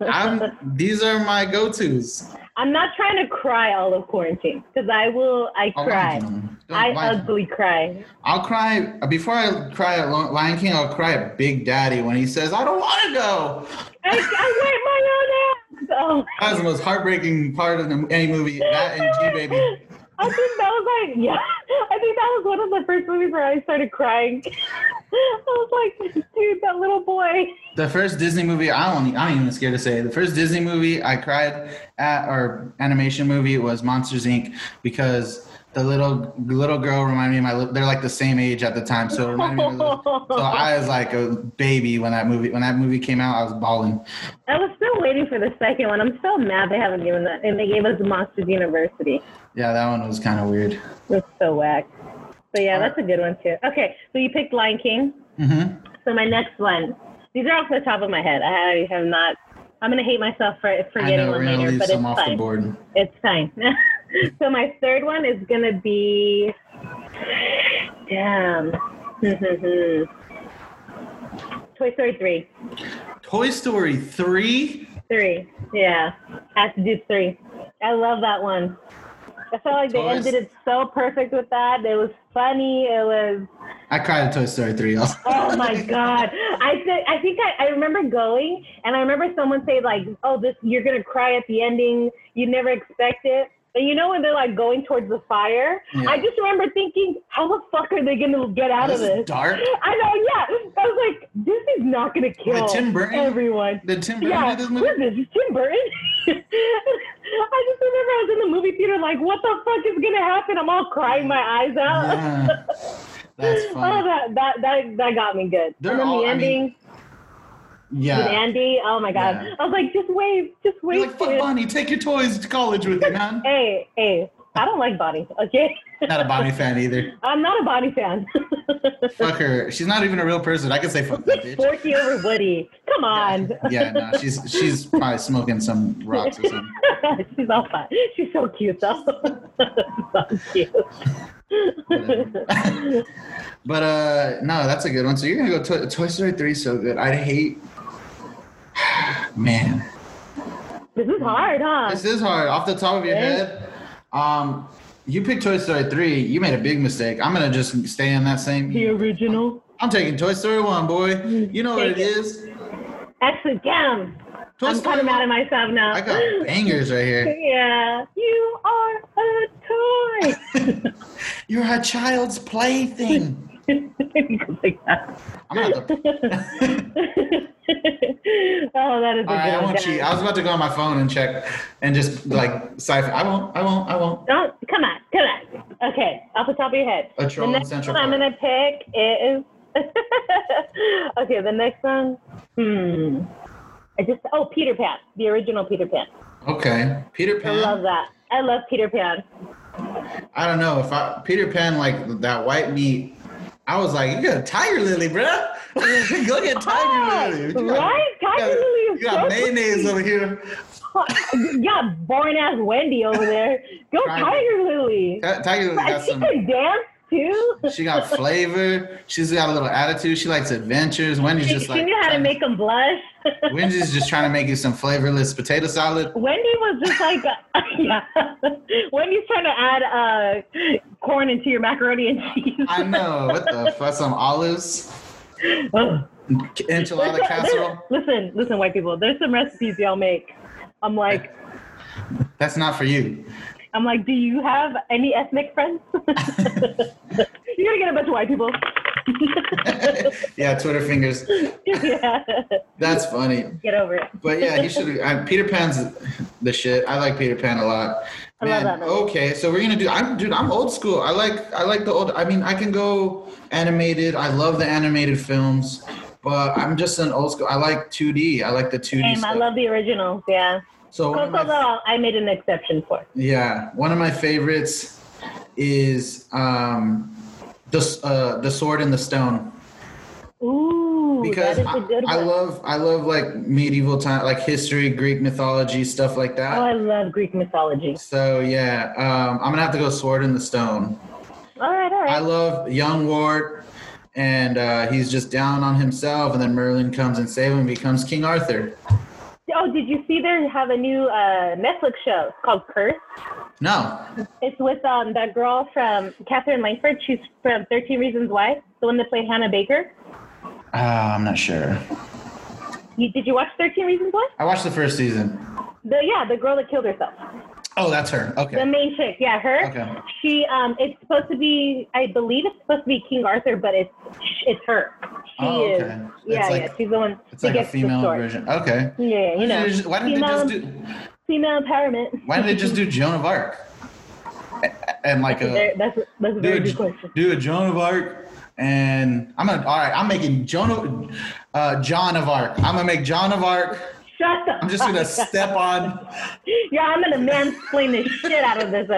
I'm, these are my go-tos.
I'm not trying to cry all of quarantine because I will. I
Oh, Lion
cry.
King. Don't-
I
Lion-
ugly cry.
I'll cry before I cry at Lo- Lion King. I'll cry at Big Daddy when he says, "I don't want to go."
I, I wipe my own ass. Oh,
That was the most heartbreaking part of the, any movie. That and G Baby.
I think that was like, yeah, I think that was one of the first movies where I started crying. I was like, dude, that little boy.
The first Disney movie, I don't, I'm even scared to say. The first Disney movie I cried at, or animation movie, was Monsters Inc. because the little little girl reminded me of my. li- They're like the same age at the time, so it reminded me. Of my little- so I was like a baby when that movie when that movie came out. I was bawling.
I was still waiting for the second one. I'm so mad they haven't given that. And they gave us Monsters University.
Yeah, that one was kind of weird.
That's so whack. But yeah, that's a good one too. Okay, so you picked Lion King.
hmm
So my next one. These are off the top of my head. I have not. I'm gonna hate myself for for
I
getting
know
one
we're gonna
later,
leave
but it's
some off the
fine.
board.
It's fine. so my third one is gonna be. Damn. Toy Story three.
Toy Story three.
Three. Yeah. Has to do three. I love that one. I felt like they
Toys.
ended it so perfect with that. It was funny. It was.
I cried at Toy Story 3 also.
Oh my god! I said I think I, I remember going, and I remember someone say like, "Oh, this you're gonna cry at the ending. You never expect it." And you know when they're like going towards the fire,
Yeah.
I just remember thinking, "How the fuck are they gonna get out
This
of
is
this?"
dark.
I know, yeah. I was like, "This is not gonna kill
Tim Burton?
everyone."
Did Tim Burton
Yeah,
do this
what
movie?
is this? Is Tim Burton? I just remember I was in the movie theater like, what the fuck is gonna happen? I'm all crying my eyes out.
Yeah. That's
Oh,
funny.
that, that that that got me good.
They're
and then
all-
the
I mean,
ending with
Yeah.
Andy. Oh my god!
Yeah.
I was like, just wave, just wave.
You're like, fuck
dude."
Bonnie, take your toys to college with you, man.
hey, hey, I don't like Bonnie. Okay,
Not a Bonnie fan either.
I'm not a Bonnie fan.
Fuck her. She's not even a real person. I can say fuck that bitch.
Forky over Woody. Come on.
Yeah, no, she's she's probably smoking some rocks or something.
She's all fun. She's so cute though. so cute.
Whatever. but uh no, that's a good one. So you're gonna go to- Toy Story three is so good. I hate. Man,
This is hard, huh?
this is hard. Off the top of your
Yeah.
head, um, you picked Toy Story three. You made a big mistake. I'm gonna just stay on that
the
same.
original.
I'm taking Toy Story one, boy. You know what it
Take it.
is.
Actually, damn.
Toy
I'm kind
Story
of mad
1,
at myself now.
I got bangers right here.
yeah. You are a toy.
You're a child's plaything.
You can take that.
I'm gonna have to
oh, that is a
All right,
good
I
one.
won't cheat. I was about to go on my phone and check and just like cipher. I won't. I won't. I won't.
Oh, come on, come on. Okay, off the top of your head.
A troll
the
in
next
Central
one I'm gonna pick is okay. The next one, hmm. I just oh Peter Pan, the original Peter Pan.
Okay, Peter
I love
Pan.
that. I love Peter Pan.
I don't know if I Peter Pan like that white meat. I was like, you got a tiger lily, bruh. go get
Oh,
tiger lily. You got-
right, Tiger
you got-
Lily is
You got
so
mayonnaise over here.
sweet. You got boring ass Wendy over there. Go
Right.
Tiger Lily.
Ti- Tiger lily
And
got
She
some.
can dance too.
She got flavor. She's got a little attitude. She likes adventures. Wendy's
She,
just
she
like
knew how to make them blush.
Wendy's just trying to make you some flavorless potato salad.
Wendy was just like, yeah. Wendy's trying to add uh, corn into your macaroni and cheese.
I know. What the fuck? Some olives.
Ugh. There's
enchilada
a- there's-
casserole.
Listen, listen, white people. There's some recipes y'all make. I'm like,
That's not for you.
I'm like, do you have any ethnic friends? You're gonna get a bunch of white people.
yeah, Twitter fingers.
yeah,
That's funny.
get over it.
But yeah, he should. I, Peter Pan's the shit. I like Peter Pan a lot.
I love
Man,
that movie.
okay, so we're gonna do. I'm dude. I'm old school. I like. I like the old. I mean, I can go animated. I love the animated films, but I'm just an old school. I like 2D. I like the 2D
Same. I
stuff.
love the originals. Yeah,
so one
Coco
of my-
Little, I made an exception for.
Yeah, one of my favorites is um, the uh, the Sword and the Stone.
Ooh,
because
that is
I,
a good
I
one.
love I love like medieval time like history, Greek mythology, stuff like
oh,
that.
I love Greek mythology.
so yeah, um, I'm gonna have to go Sword in the Stone.
All right, all
I
right.
love young Ward, and uh, he's just down on himself, and then Merlin comes and saves him, and becomes King Arthur.
oh, did you see they have a new uh, Netflix show It's called Curse?
No,
It's with um, that girl from Catherine Langford. She's from Thirteen Reasons Why, the one that played Hannah Baker.
uh, I'm not sure.
You, did you watch Thirteen Reasons Why?
I watched the first season.
The yeah, the girl that killed herself.
Oh, that's her.
The
Okay.
main chick, yeah, her.
Okay.
She um, it's supposed to be, I believe it's supposed to be King Arthur, but it's it's her. She
Oh,
is.
okay.
Yeah,
It's like-
yeah, she's the one
It's
who
like a
gets
female
the sword.
version. Okay.
Yeah, you know,
Why didn't they
female,
just do?
female empowerment.
Why didn't they just do Joan of Arc? A- And like
That's a
a
very, that's a, that's
do
a very
a,
good question.
do a Joan of Arc, and I'm gonna. All right, I'm making Joan, of, uh, John of Arc. I'm gonna make John of Arc.
Shut up.
I'm just gonna step on.
Yeah, I'm gonna mansplain the shit out of this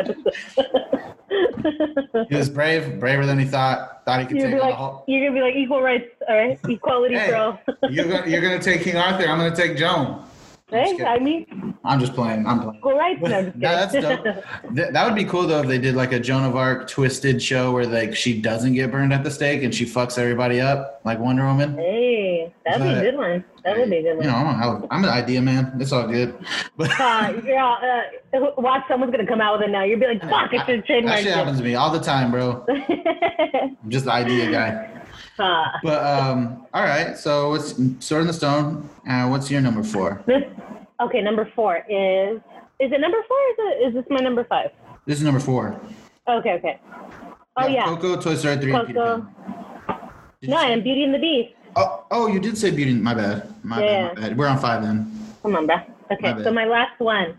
episode.
He was brave, braver than he thought. Thought he could
you're
take
gonna be
on the
like,
whole.
you're gonna be like equal rights, all right, equality
Hey,
for all.
you're gonna, you're gonna take King Arthur. I'm gonna take Joan.
Hey,
kidding.
I mean,
I'm just playing. I'm playing.
Well, right. No, just
No, that's
kidding.
dope. Th- that would be cool though if they did like a Joan of Arc twisted show where like she doesn't get burned at the stake and she fucks everybody up like Wonder Woman.
hey, that'd be a good one. That would be a good
You
one.
know, I'm, a- I'm an idea man. It's all good. But
Uh, yeah, uh, watch someone's gonna come out with it now. You'll be like, fuck, it's a
that
trademark.
shit happens to me all the time, bro.
joke.
I'm just the idea guy.
uh,
But um, all right. So it's Sword in the Stone. Uh, what's your number four?
this, okay, number four is is it number four? Or is it is this my number five?
This is number four.
Okay, okay. Oh yeah,
Coco, Toy Story three. and Peter
Coco.
Pan. Did you
no,
say-
and Beauty and the Beast.
Oh, oh, you did say Beauty. My bad. My,
Yeah.
bad, my bad. We're on five then.
Come on, bro. Okay,
My
so
bad.
my last one.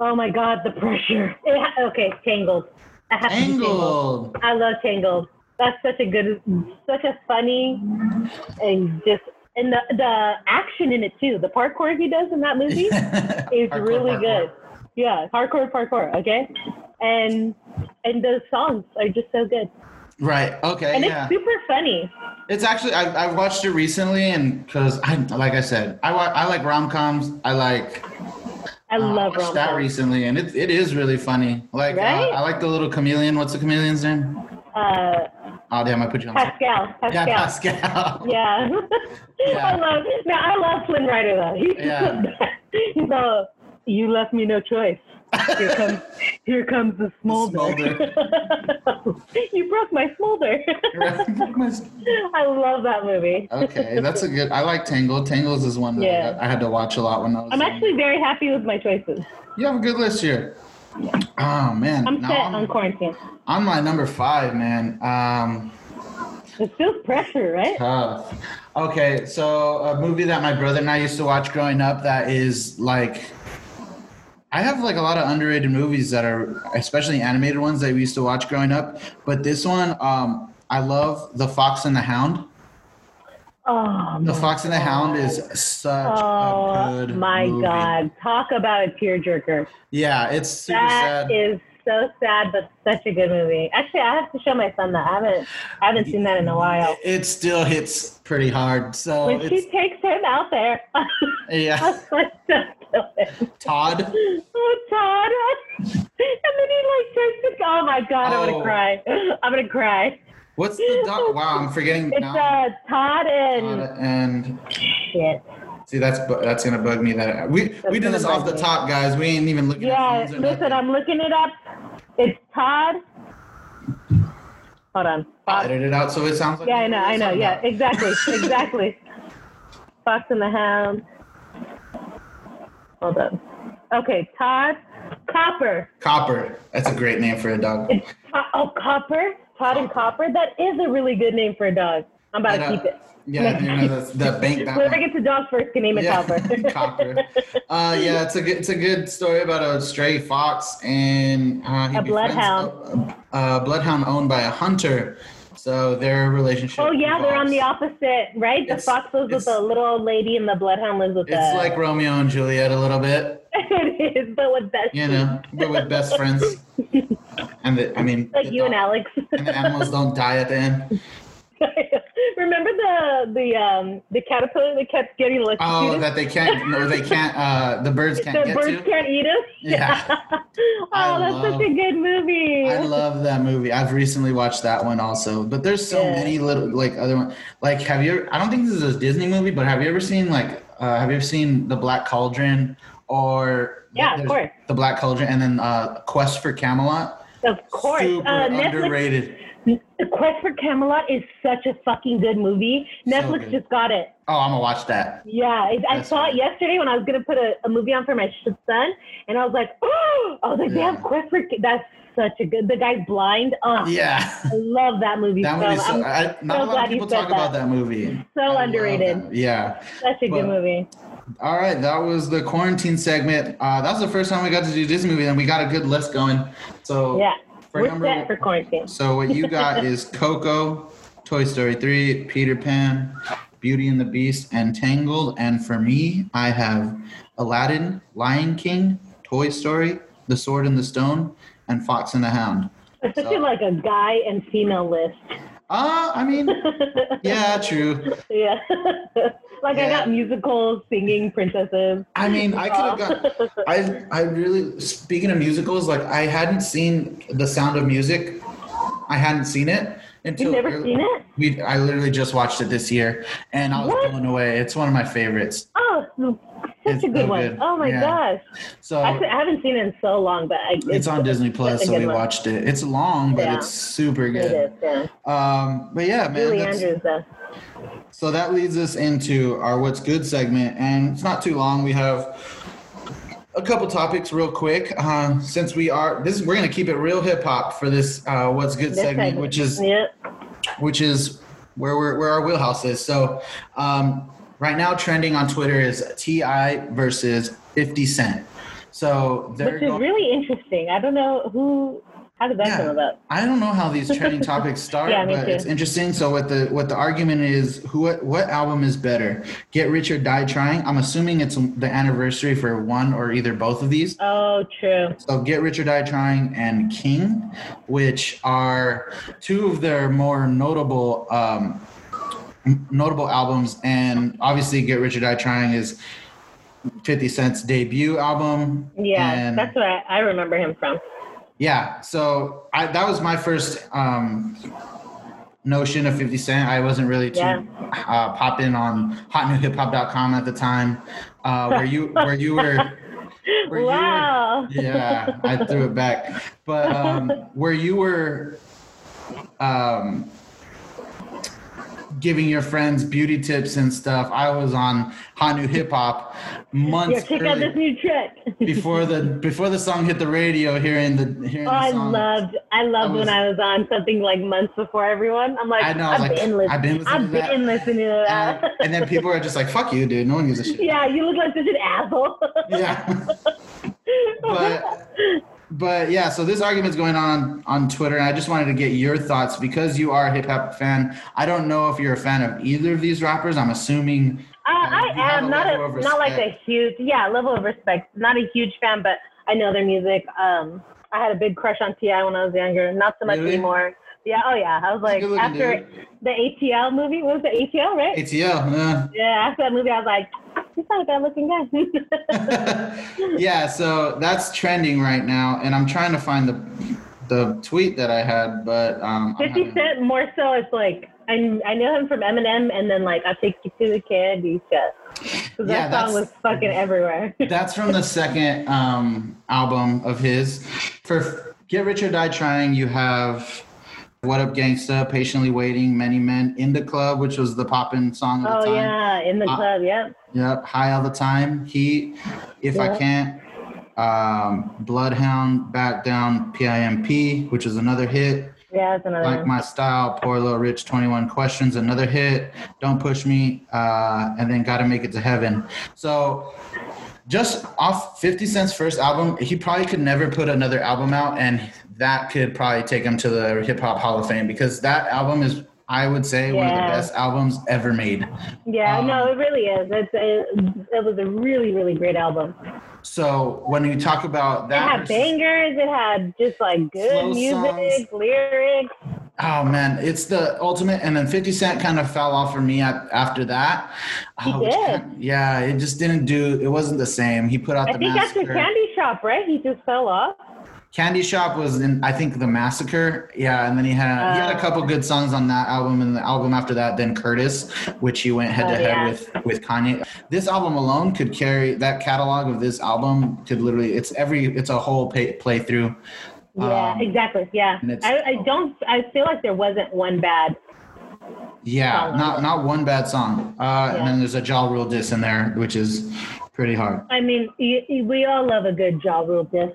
Oh my God, the pressure. It ha- okay, Tangled. I have to do
Angled.
I love Tangled. That's such a good, such a funny, and just and the the action in it too. The parkour he does in that movie is
Hardcore
really
parkour.
good. Yeah, hardcore parkour. Okay, and and those songs are just so good,
Right. Okay.
and
yeah.
it's super funny.
It's actually I I watched it recently, and because I like I said I wa- I like rom coms. I like
I
uh,
love
watched that
rom
recently, and it it is really funny. Like uh,
Right?
I like the little chameleon. What's the chameleon's name?
uh,
Oh damn! I put you on. spot.
Pascal. Pascal.
Yeah, Pascal.
Yeah.
Yeah.
I love no, I love Flynn Rider though. He's
Yeah.
He's all, you left me no choice. Here comes here comes the smolder. you broke my smolder. I love that movie.
okay, that's a good. I like Tangled. Tangles is one that
Yeah.
I, I had to watch a lot when I was.
I'm
young.
actually very happy with my choices.
You have a good list here. Oh man,
I'm
Now
set
I'm,
on quarantine.
I'm my number five, man. Um,
It feels pressure, right?
tough. Okay, so a movie that my brother and I used to watch growing up that is like I have like a lot of underrated movies that are especially animated ones that we used to watch growing up, but this one um I love The Fox and the Hound.
Oh,
The
my
Fox and the Hound is such
oh,
a good
my
movie.
God. Talk about a tearjerker.
Yeah, it's super
That
sad.
is so sad, but such a good movie. Actually, I have to show my son that. I haven't, I haven't seen that in a while.
It still hits pretty hard. So
When
it's
she takes him out there, I
yeah,
was like, "Don't do it."
Todd.
oh Todd, and then he like takes it. Oh my god, I'm
Oh.
gonna cry. I'm gonna cry.
What's the dog? Wow, I'm forgetting
It's
now.
uh, Todd and
Todd and
shit.
See, that's bu- that's gonna bug me. That we we did
gonna
this off
bug
the
me.
top, guys. We ain't even looking.
Yeah,
at phones or
listen,
nothing.
I'm looking it up. It's Todd. Hold on.
I'll
Fox.
edit it out so it sounds like.
Yeah, I know, I know.
something
Yeah,
about-
exactly, exactly. Fox and the Hound. Hold on. Okay, Todd Copper.
Copper. That's a great name for a dog.
It's to- oh Copper, Todd and Copper. That is a really good name for a dog. I'm about
Yeah.
to keep it.
Yeah, you know the, the bank. That
Whoever
one.
gets a dog first can name it
yeah.
Copper.
Copper. Uh, yeah, it's a good it's a good story about a stray fox and uh, he
A
befriends
bloodhound.
A, a bloodhound owned by a hunter. So their relationship.
oh yeah, they're on the
evolves.
opposite, right? The
It's-
fox lives with
it's-
the little old lady, and the bloodhound lives with
It's
the.
like Romeo and Juliet a little bit.
it is, but with best.
you know, but with best friends. And the, I mean,
like
the
you and
dog-
Alex.
and the animals don't die at the end.
Remember the the um the caterpillar that kept getting
Oh,
electrocuted?
that they can't, or they can't, uh, the birds can't
the
get
birds
to.
can't eat us.
Yeah.
oh,
I
that's
love-
such a good movie.
I love that movie. I've recently watched that one also, but there's so
Yeah.
many little like other one. Like, have you? I don't think this is a Disney movie, but have you ever seen like, uh, have you ever seen The Black Cauldron or
Yeah, of
there's
course.
The Black Cauldron and then uh, Quest for Camelot?
of course,
super
uh, Netflix.
underrated.
The Quest for Camelot is such a fucking good movie.
So
Netflix
good.
just got it.
Oh, I'm gonna watch that.
Yeah, it, I
That's
saw it
good.
yesterday when I was gonna put a, a movie on for my sh- son, and I was like, oh, I was like,
Yeah.
damn, Quest for Ca- that's such a good. The guy's blind. Oh,
Yeah.
I love that movie.
That
so,
movie, so,
I'm
I, not a
so
lot
glad
of
you
people
said
talk about
that.
that movie.
so
I love
underrated.
that. Yeah.
Such a
But-
good movie.
All right, that was the quarantine segment. Uh, that was the first time we got to do this movie, and we got a good list going. So
Yeah.
for
We're
number
set for quarantine.
so what you got is Coco, Toy Story three, Peter Pan, Beauty and the Beast, and Tangled. And for me, I have Aladdin, Lion King, Toy Story, The Sword and the Stone, and Fox and the Hound.
It's such
So-
a, like a guy and female list.
Uh, I mean, yeah, true.
yeah. like I
Yeah.
got musicals, singing, princesses.
I mean, I could have got. I I really speaking of musicals, like I hadn't seen The Sound of Music. I hadn't seen it until
You've never
early-
seen it?
We I literally just watched it this year, and I was
What?
blown away. It's one of my favorites.
Oh, such
It's
a good
so
one.
good.
Oh my
Yeah.
gosh.
So
I, I haven't seen it in so long, but I,
it's on Disney Plus,
a
so
good
we
one.
watched it. It's long, but
Yeah.
it's super
It
good.
is, yeah.
Um, but yeah, man.
Julie
that's-
Andrews, uh, though.
So that leads us into our what's good segment, and it's not too long. We have a couple topics real quick. Uh, since we are this, we're gonna keep it real hip hop for this uh, what's good
This
segment,
segment.
which is
Yeah.
which is where we're, where our wheelhouse is. So um, right now, trending on Twitter is Ti versus Fifty Cent. So they're
Which is
go-
really interesting. I don't know who, how did that
Yeah.
come about?
I don't know how these trending topics start,
Yeah, me
but
too.
it's interesting. So what the what the argument is? Who what, what album is better? Get Rich or Die Trying. I'm assuming it's the anniversary for one or either both of these.
Oh, true.
So Get Rich or Die Trying and King, which are two of their more notable um, m- notable albums, and obviously Get Rich or Die Trying is 50 Cent's debut album.
Yeah,
and-
that's where I, I remember him from.
yeah, so I, that was my first um, notion of 50 Cent. I wasn't really too
Yeah.
uh, pop in on hotnewhiphop.com at the time, uh, where you where you were. Were you-
wow.
Yeah, I threw it back. But um, where you were um, giving your friends beauty tips and stuff, I was on Hot New Hip Hop
Yeah,
months
check out
early-
this new track.
before the before the song hit the radio, hearing the hearing
Oh,
the
I
song.
loved, I loved
was-
when I was on something like months before everyone. I'm like,
I
I
know, I was
have
like,
been listening.
I've been listening
I've
to that.
been listening to
and,
that.
and then people are just like, "Fuck you, dude. No one gives a shit."
yeah, you look like such an asshole. Uh,
Yeah. but but yeah, so this argument's going on on Twitter, and I just wanted to get your thoughts because you are a hip hop fan. I don't know if you're a fan of either of these rappers. I'm assuming.
Uh, I
you have a
am not
level
a
of
not like a
respect.
huge yeah level of respect. Not a huge fan, but I know their music. Um, I had a big crush on Ti when I was younger. Not so much
Really?
anymore. Yeah, oh yeah. I was like
good looking
after the ATL movie. What was the ATL right?
ATL. yeah.
yeah, after that movie, I was like, he's not a bad looking guy.
yeah, so that's trending right now, and I'm trying to find the the tweet that I had, but um, I'm
Fifty
having-
Cent more so. It's like I I know him from Eminem, and then like I will take you to the candy shop. 'Cause
Yeah,
that
that's-
song was fucking everywhere.
That's from the second um, album of his. For Get Rich or Die Trying, you have What Up Gangsta, Patiently Waiting, Many Men, In the Club, which was the poppin' song of the time.
oh yeah, in the
Uh,
club. Yep.
Yep, High All the Time, Heat, If I
Yeah.
Can't, um, Bloodhound, Back Down, PIMP, which is another hit.
Yeah, that's another
Like
one.
My Style, Poor Little Rich, 21 Questions, another hit, Don't Push Me, uh, and then Gotta Make It to Heaven. So just off 50 Cent's first album, he probably could never put another album out, and that could probably take him to the Hip Hop Hall of Fame because that album is, I would say, one of the
Yeah.
best albums ever made.
Yeah,
Um,
no, it really is. It's it, it was a really really great album.
So when you talk about
It
that,
had
versus-
bangers. It had just like
Slow
good music,
songs.
lyrics.
oh man, it's the ultimate. And then 50 Cent kind of fell off for me at, after that. Oh,
He
which
did.
kind- yeah, it just didn't do. It wasn't the same. He put out
I
the
think
massacre.
after Candy Shop, right? He just fell off.
Candy Shop was in, I think, the massacre. Yeah, and then he had he had a
Oh.
couple good songs on that album, and the album after that, then Curtis, which he went head to
Oh, yeah.
head with with Kanye. This album alone could carry that catalog of this album could literally. It's every. It's a whole pay, playthrough.
Yeah,
Um,
exactly. Yeah,
and it's-
I, I don't. I feel like there wasn't one bad.
Yeah,
song.
not not one bad song. Uh, And
Yeah.
then there's a Jaw Rule diss in there, which is pretty hard.
I mean, y y- we all love a good jaw rule disc.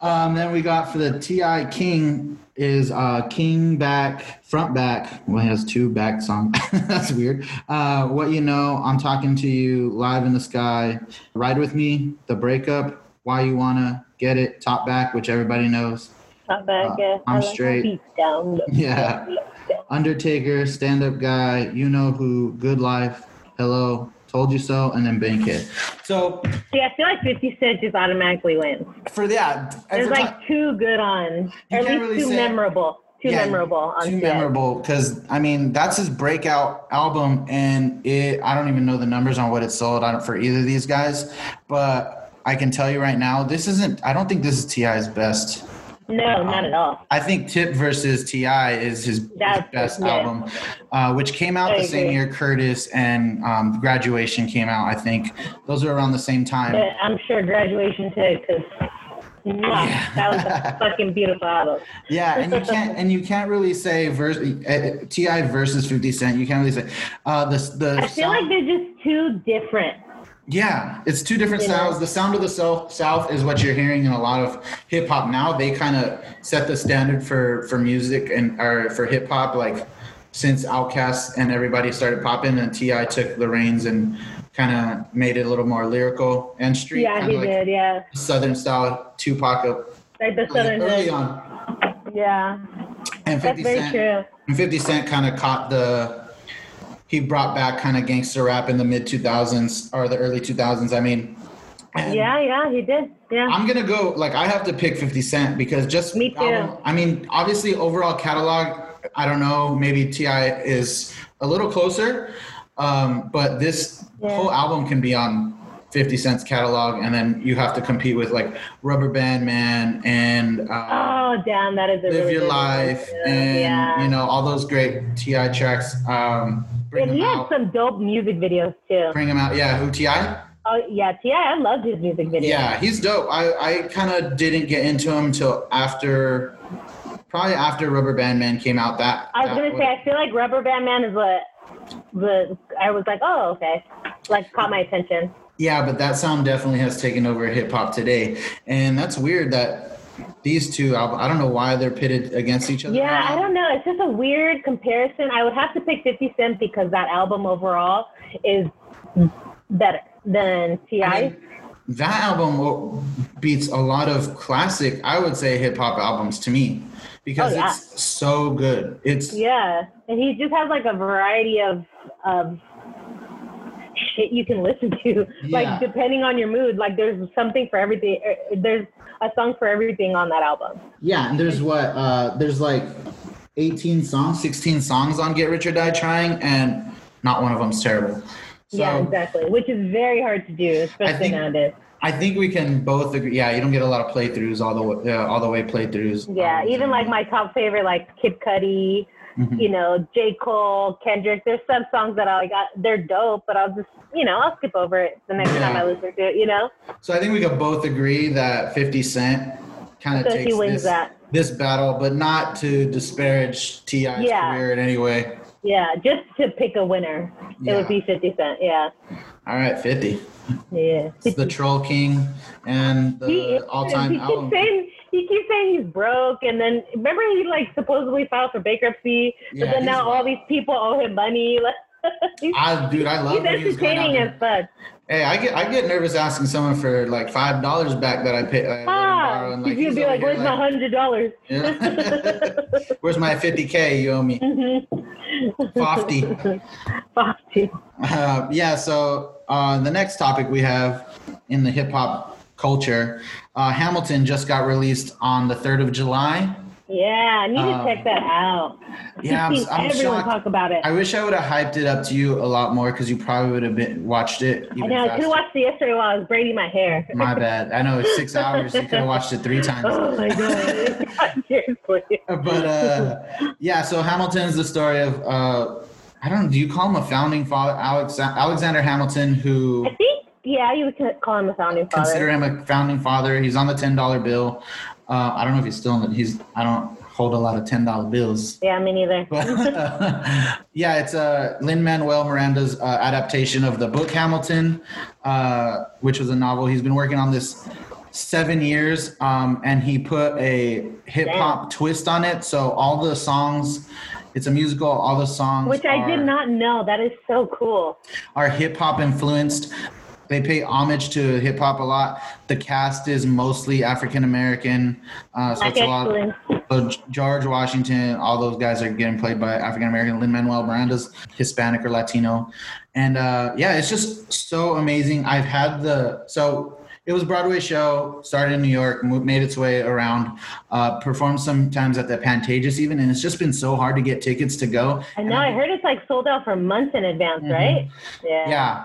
um, then we got for the Ti King is uh, King back front back. Well, he has two back songs. That's weird. Uh, what you know? I'm talking to you live in the sky. Ride with me. The breakup. Why you wanna get it? Top back, which everybody knows.
Not bad,
Uh,
yeah.
I'm
I like my
straight.
feet down, look,
Yeah.
look, look.
Undertaker, stand up guy, you know who, good life, hello, told you so, and then Bankhead. So
See, I feel like 50 Cent just automatically wins.
for that,
There's
every
like
ti-
two good on,
You
or
can't
at least
really
two
say-
memorable. Too memorable. On
too
TX.
memorable because I mean that's his breakout album, and it I don't even know the numbers on what it sold on for either of these guys, but I can tell you right now this isn't. I don't think this is Ti's best.
No, not at all.
I think Tip versus Ti is his
That's-
best
yeah.
album, uh, which came out
I
the same
agree.
year Curtis and um, Graduation came out. I think those are around the same time.
But I'm sure graduation took because that was a fucking beautiful album.
Yeah, and you can't and you can't really say vers- uh, Ti versus Fifty Cent. You can't really say uh, the the.
I feel like they're just too different.
yeah, it's two different
You know?
sounds. The sound of the south south is what you're hearing in a lot of hip hop now. They kind of set the standard for for music and or for hip hop like since Outkast and everybody started popping and Ti took the reins and kind of made it a little more lyrical and street
Yeah,
kind
he
of like
did. Yeah,
southern style Tupac up
like the southern.
early on
Yeah,
and
that's
50
very
Cent-
true.
And 50 Cent kind of caught the, he brought back kind of gangster rap in the mid 2000s or the early 2000s. I mean, and
Yeah, yeah, he did. Yeah.
I'm going to go, like, I have to pick 50 Cent because just,
Me too.
album- I mean, obviously, overall catalog, I don't know, maybe T.I. is a little closer, um, but this
Yeah.
whole album can be on. 50 Cent's catalog, and then you have to compete with like Rubber Band Man and uh,
oh, damn, that is a
live
really
your
good one,
life
too.
and
yeah.
you know all those great ti tracks um bring
and he
them
had
out
some dope music videos too.
bring them out yeah who ti yeah,
Oh yeah, Ti, I loved his music videos.
he's dope i i kind of didn't get into him till after probably after rubber band man came out that
I was
that
gonna say, I feel like Rubber Band Man is what the I was like, oh okay, like caught my attention.
yeah but that sound definitely has taken over hip-hop today and that's weird that these two al- i don't know why they're pitted against each other
Yeah,
right
I
now.
don't know. It's just a weird comparison. I would have to pick 50 Cent because that album overall is better than Ti.
I mean, that album will- beats a lot of classic, I would say, hip hop albums to me because
Oh, yeah.
it's so good. It's
yeah, and he just has like a variety of of shit you can listen to,
Yeah.
like depending on your mood. Like there's something for everything. er, There's a song for everything on that album.
yeah, and there's what uh, there's like 18 songs, 16 songs on Get Rich or Die Trying, and not one of them's terrible. So
yeah, exactly. Which is very hard to do, especially
think-
nowadays.
I think we can both agree. Yeah, you don't get a lot of playthroughs all the way, uh, all the way playthroughs.
Yeah,
Um,
even like my top favorite, like Kid Cudi,
Mhm.
you know, J. Cole, Kendrick. There's some songs that I got, they're dope, but I'll just, you know, I'll skip over it the next time
Yeah.
I listen to it, you know?
So I think we could both agree that 50 Cent kind of
So he
takes
wins
this,
that.
this battle, but not to disparage T.I.'s
Yeah.
career in any way.
Yeah, just to pick a winner, it
Yeah.
would be 50 Cent. Yeah.
All right, 50.
Yeah.
It's the Troll King and
He is.
the all time
he keeps
album.
saying he keeps saying he's broke, and then remember he like supposedly filed for bankruptcy,
Yeah,
but then
he's
now all
wild.
these people owe him money. Like, he's,
I, dude, I love
he's
when he was going out
entertaining as
there.
fuck.
Hey, I get I get nervous asking someone for like five dollars back that I pay. I let him borrow,
Ah,
and,
he's gonna
he's
be
over
like,
here,
"Where's my hundred dollars?"
Yeah. Where's my 50K you owe me?
Mm-hmm.
50.
Fuck you.
Uh, yeah, so uh, the next topic we have in the hip hop culture uh, Hamilton just got released on the 3rd of July.
Yeah, I need
Um,
to check that out.
yeah, I'm-
I've seen
I'm
everyone
shocked.
talk about it.
I
I,
wish I would have hyped it up to you a lot more because you probably would have been watched it. Mm. Even
know. I
faster.
could have watched it yesterday while I was braiding my hair.
My bad. I know it's six hours. You could have watched it three times.
oh my god! Seriously.
But uh, yeah, so Hamilton is the story of uh, I don't. Do you call him a founding father, Alex, Alexander Hamilton, who
I think, yeah, you would call him a founding father.
consider him a founding father. He's on the ten dollar bill. Uh, I don't know if he's still. In the, he's. I don't hold a lot of ten dollar bills.
yeah, me neither.
But yeah, it's uh, Lin Manuel Miranda's uh, adaptation of the book Hamilton, uh, which was a novel. He's been working on this seven years, um, and he put a hip hop twist on it. So all the songs, it's a musical. All the songs,
Which I
are-
did not know. That is so cool.
are hip hop influenced. They pay homage to hip hop a lot. The cast is mostly African American, uh, so
Like
it's a lot.
excellence.
So G- George Washington, all those guys are getting played by African American. Lin Manuel Miranda's Hispanic or Latino, and uh, yeah, it's just so amazing. I've had the so It was a Broadway show, started in New York, moved, made its way around, uh, performed sometimes at the Pantages even, and it's just been so hard to get tickets to go.
I know. I heard it's like sold out for months in advance,
Mhm.
right? Yeah.
Yeah.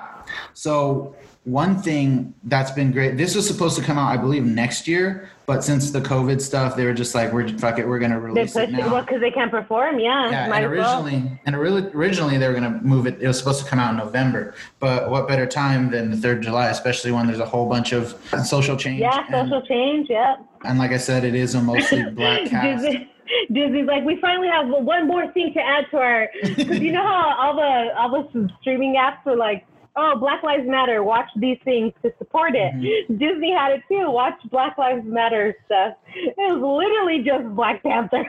So one thing that's been great. This was supposed to come out, I believe, next year, but since the COVID stuff, they were just like, "We're fuck it, we're gonna
They
release it
pushed it
now."
well because they can't perform. Yeah.
yeah,
might
and
as well.
originally, and ori- originally they were gonna move it. It was supposed to come out in November, but what better time than the third of July, especially when there's a whole bunch of social change.
Yeah,
and,
social change. Yep.
and like I said, it is a mostly black cast.
Disney, Disney's like, we finally have one more thing to add to our. Because you know how all the all the streaming apps were like, oh, Black Lives Matter, watch these things to support it.
Mm-hmm.
Disney had it too. Watch Black Lives Matter stuff. It was literally just Black Panther.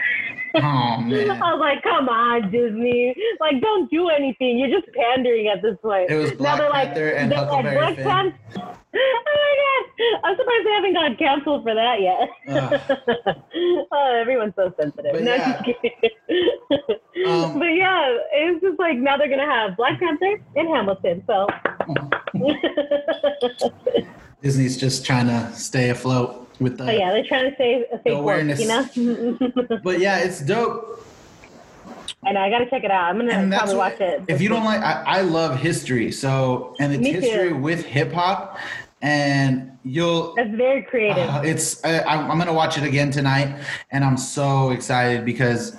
oh man.
I was like, come on, Disney. Like, don't do anything. You're just pandering at this point.
It was Black
they're like-
Panther and
they're
Huckleberry
Black
Finn.
Pan- oh my god! I'm surprised they haven't gotten canceled for that yet.
Ugh.
oh, everyone's so sensitive.
But
no,
yeah.
just kidding.
Um,
but yeah, it's just like now they're gonna have Black Panther and Hamilton. So
Disney's just trying to stay afloat with the
But Oh, yeah, they're trying to save a safe word,
awareness.
you know.
But yeah, it's dope.
and I gotta check it out. I'm gonna
And that's
probably
what,
watch it.
If you don't like, I, I love history. So, and it's
Me too.
history with hip hop, and you'll.
That's very creative.
Uh, it's I, I'm I'm gonna watch it again tonight, and I'm so excited because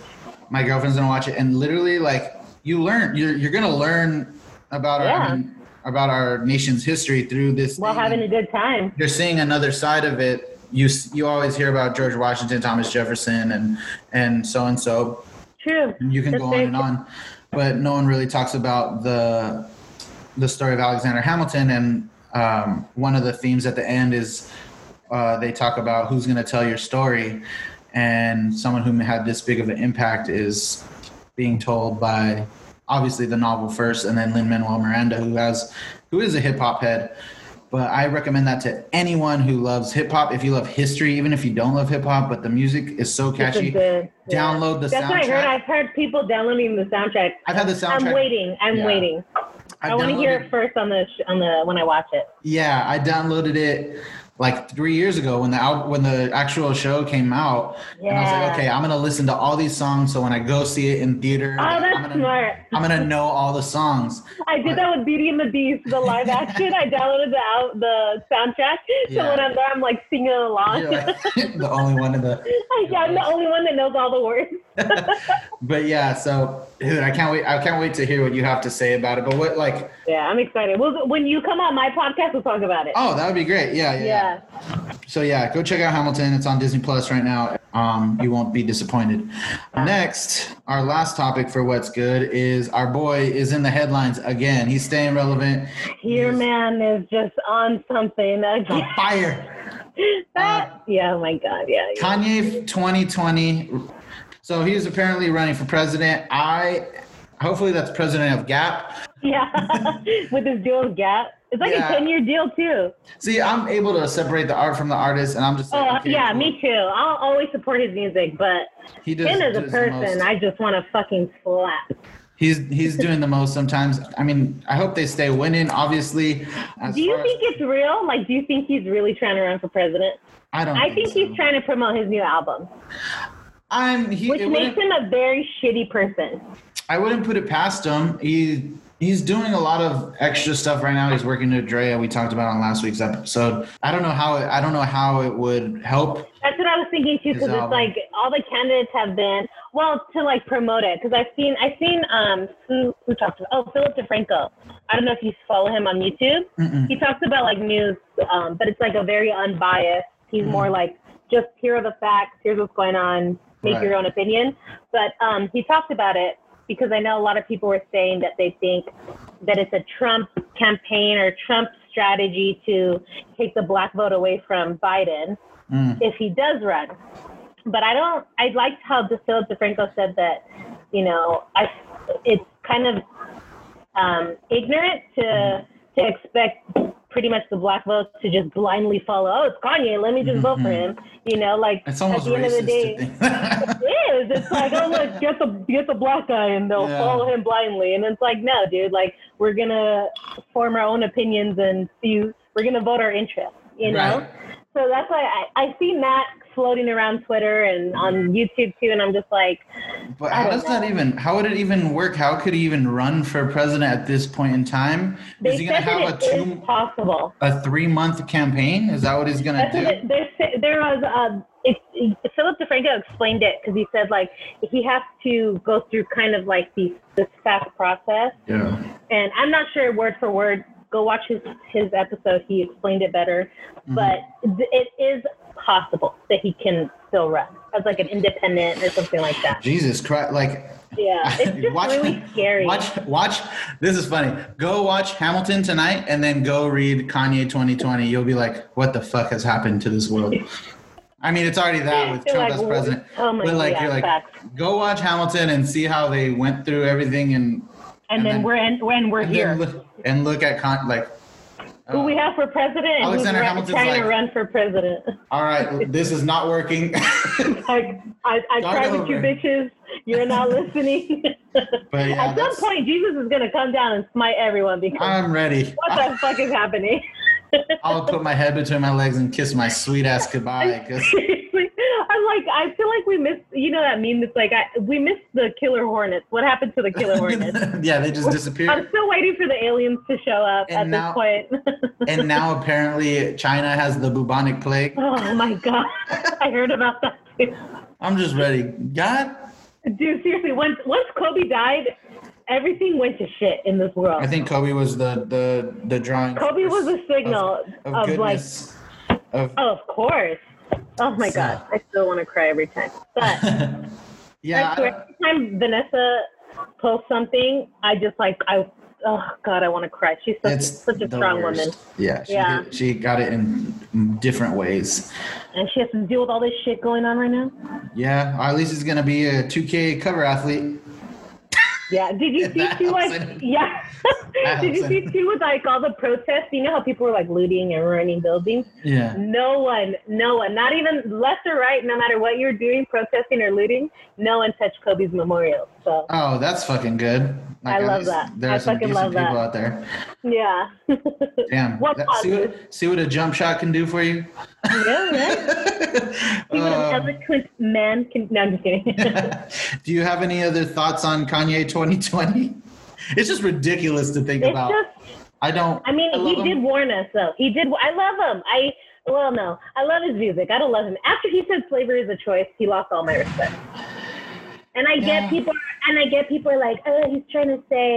my girlfriend's gonna watch it, and literally like you learn, you're you're gonna learn about our I
Yeah.
mean, about our nation's history through this.
while
thing.
having a good time.
you're seeing another side of it. You s- you always hear about George Washington, Thomas Jefferson, and and so and so.
True.
And you can
That's
go on
very
and
true.
on, but no one really talks about the the story of Alexander Hamilton. And um, one of the themes at the end is uh, they talk about who's going to tell your story, and someone who had this big of an impact is being told by obviously the novel first, and then Lin Manuel Miranda, who has who is a hip hop head. But I recommend that to anyone who loves hip hop. If you love history, even if you don't love hip hop, but the music is so
This is
catchy.
good. Yeah.
Download the
That's what I
soundtrack.
heard. I've heard people downloading the soundtrack.
I've had the soundtrack.
I'm waiting. I'm
Yeah.
waiting.
I've
I want to hear
downloaded-
it first on the sh- on the when I watch it.
Yeah, I downloaded it like three years ago when the out when the actual show came out, and I was
Yeah.
like, okay, I'm gonna listen to all these songs, so when I go see it in theater,
Oh,
I'm
that's
gonna,
smart.
I'm gonna know all the songs.
I did that with Beauty and the Beast, the live action. I downloaded the out, the soundtrack, so
Yeah.
when I'm there, I'm like singing along.
You're like, the only one in the
I'm the only one that knows all the words.
but yeah, so dude, I can't wait. I can't wait to hear what you have to say about it. But what like
Yeah, I'm excited. Well, when you come on my podcast, we'll talk about it.
oh, that would be great. Yeah, yeah. yeah.
yeah.
So yeah, go check out Hamilton. It's on Disney Plus right now. Um, you won't be disappointed. Next, our last topic for what's good is our boy is in the headlines again. He's staying relevant.
Your man is just on something
On
again.
fire.
that,
Um,
yeah, oh my God, yeah. yeah.
Kanye 2020. So he was apparently running for president. I hopefully that's president of Gap.
Yeah, with this deal with Gap. It's like
Yeah.
a 10 year deal, too.
See, I'm able to separate the art from the artist, and I'm just
Oh,
like, okay,
yeah,
cool.
me too. I'll always support his music, but
He does,
him as a
does the
person,
most.
I just want to fucking slap.
he's he's doing the most sometimes. I mean, I hope they stay winning. Obviously, As
Do you
far as-
think it's real? Like, do you think he's really trying to run for president?
I don't.
I think
so.
he's trying to promote his new album,
I'm. He,
which
it
makes
wouldn't-
him a very shitty person.
I wouldn't put it past him. He he's doing a lot of extra stuff right now. He's working with Drea. We talked about on last week's episode. I don't know how. It, I don't know how it would help.
That's what I was thinking too,
His
because
album.
it's like all the candidates have been well to like promote it. Because I've seen, I've seen um who who talked about oh Philip DeFranco. I don't know if you follow him on YouTube.
Mm-mm.
He talks about like news, um, but it's like a very unbiased. He's
Mm-hmm.
more like just here are the facts. Here's what's going on. Make
Right.
your own opinion. But um, he talked about it because I know a lot of people were saying that they think that it's a Trump campaign or Trump strategy to take the black vote away from Biden
Mm.
if he does run. But I don't. I liked how De- Philip DeFranco said that. You know, I it's kind of um, ignorant to to expect pretty much the black vote to just blindly follow. Oh, it's Kanye. Let me just vote for him. You know, like
Mm-hmm. It's almost
at the end of the
racist
day,
to think. that.
it is. It's like, oh look, get the get the black guy, and they'll
Yeah.
follow him blindly. And it's like, no, dude. Like we're gonna form our own opinions and see We're going to vote our interest, you know?
Right.
So that's why I, I've seen that floating around Twitter and on YouTube too. And I'm just like,
But
I
how
don't
does that
know.
even? How would it even work? How could he even run for president at this point in time?
they
is he gonna
said
have a
that it is
two,
possible.
a three month campaign? Is that what he's gonna
That's what
do?
it, there, there was um, it, it- Philip DeFranco explained it because he said like he has to go through kind of like these this fast process,
Yeah.
and I'm not sure word for word. Go watch his his episode; he explained it better.
Mm-hmm.
But th- it is possible that he can still run as like an independent or something like that.
Jesus Christ! Like,
Yeah, it's just
watch,
really scary.
Watch, watch. This is funny. Go watch Hamilton tonight, and then go read Kanye 2020. You'll be like, what the fuck has happened to this world? I mean, it's already that with
You're
Trump
like,
as president.
oh my
but like,
God,
you're like,
facts.
go watch Hamilton and see how they went through everything and
and,
and
then,
then-
we're in, when we're
and
here.
then look, and look at con- like
who we have for president and
Alexander
who's ra-
Hamilton's
trying to
like-
run for president.
all right this is not working
Like, I, I
Start
tried with you
over.
bitches. You're not listening.
but yeah
At some
that's-
point, Jesus is going to come down and smite everyone because
i'm ready
what the fuck is happening?
i'll put my head between my legs and kiss my sweet ass goodbye 'cause-
Seriously. I'm like, I feel like we missed, you know that meme that's like, I, we missed the killer hornets. What happened to the killer hornets?
yeah they just
I'm
disappeared
still waiting for the aliens to show up
And
at
now-
this point.
and now apparently china has the bubonic plague
oh my God. I heard about that too.
i'm just ready god
Dude, seriously, once once Kobe died, everything went to shit in this world.
i think kobe was the the the drawing
Kobe was a signal
of, of
of, like,
goodness of
oh, of course. Oh my
So-
god, I still want to cry every time. But
yeah
I
I
swear,
don't-
every time Vanessa posts something, I just like I oh god, I want to cry. She's such,
it's
such a
the
strong
worst.
woman,
Yeah, she,
Yeah.
did- she got it in different ways.
and she has to deal with all this shit going on right now.
Yeah, or at least he's gonna be a 2K cover athlete.
Yeah. Did you
That
see too
helps
like
it.
yeah?
That
Did you
helps it.
see too with like all the protests? You know how people were like looting and ruining buildings.
Yeah,
No one, no one, not even left or right, no matter what you're doing, protesting or looting, no one touched Kobe's memorial. So
Oh, that's fucking good.
I
at
love
least
that.
There
I
are some
fucking
decent
love
people
that.
out there.
yeah. yeah,
Damn.
What
That- see, what, see what a jump shot can do for you.
right? See what
Uh,
an eloquent man can no I'm just kidding.
do you have any other thoughts on Kanye 2020? It's just ridiculous to think
it's
about.
just
I don't.
I mean,
love
he
him.
did warn us though. He did I love him. I well no, I love his music. I don't love him. After he said slavery is a choice, he lost all my respect. And I
Yeah.
get people and I get people are like, oh, he's trying to say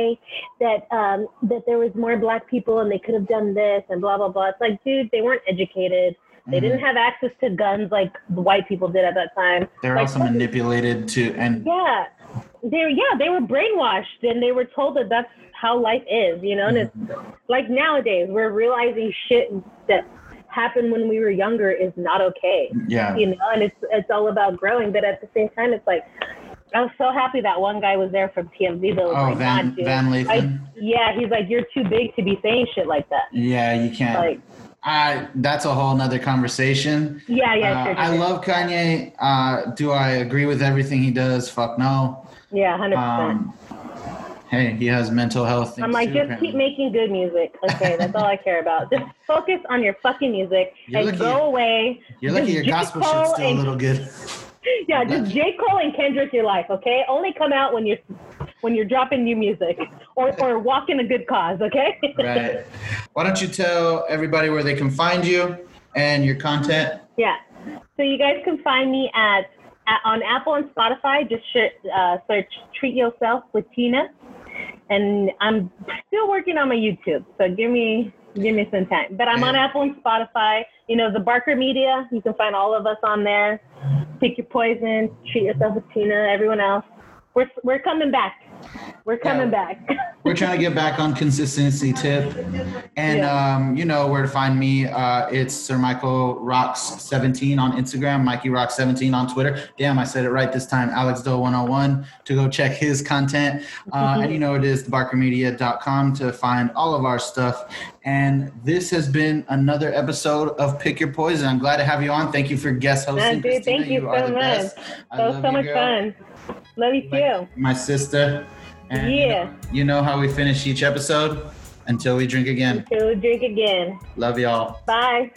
that um, that there was more black people and they could have done this and blah blah blah. It's like, dude, they weren't educated. They
Mhm.
didn't have access to guns like the white people did at that time.
They're
like,
also manipulated to, and
Yeah, they yeah they were brainwashed and they were told that that's how life is, you know. And it's
Mm-hmm.
like nowadays we're realizing shit that happened when we were younger is not okay,
yeah,
you know. And it's it's all about growing, but at the same time, it's like I was so happy that one guy was there from TMZ that was
Oh,
like,
Van-
"Nah, dude."
Van Lathan?
Like, yeah, he's like, you're too big to be saying shit like that.
yeah, you can't.
Like,
I that's a whole nother conversation.
yeah, yeah,
Uh,
sure,
I
sure.
love Kanye. Uh, do I agree with everything he does? Fuck no.
yeah, hundred percent.
Um, hey, he has mental health. Things
I'm like,
too,
just
apparently.
keep making good music. Okay, that's all I care about. Just focus on your fucking music
You're
and
lucky-
go away.
You're lucky
Just
your
J.
gospel
Cole
shit's still a
and-
little good.
Yeah, just J. Cole and Kendrick your life, okay? Only come out when you're when you're dropping new music or or walking a good cause, okay?
right. Why don't you tell everybody where they can find you and your content?
yeah. So you guys can find me at, at on Apple and Spotify. Just sh- uh, search "Treat Yourself" with Tina, and I'm still working on my YouTube. So give me give me some time. But I'm on
Yeah.
Apple and Spotify. You know the Barker Media. You can find all of us on there. Pick your poison. Treat yourself with Tina. Everyone else, we're we're coming back. We're coming back.
We're trying to get back on consistency tip. And
Yeah.
um, you know where to find me. Uh, it's Sir Michael Rocks 17 on Instagram, Mikey Rocks 17 on Twitter. Damn, I said it right this time. Alex Doe 101 to go check his content. Uh, and you know it is thebarkermedia.com to find all of our stuff. And this has been another episode of Pick Your Poison. I'm glad to have you on. Thank you for guest hosting.
Yeah, dude,
Christina.
thank you
are
so
the
much.
best. I
That was
love
so
you,
much
girl
fun. Love you too.
my sister. And you
Yeah.
know- You know, how we finish each episode?
Until we drink again.
So drink again.
Love y'all.
Bye.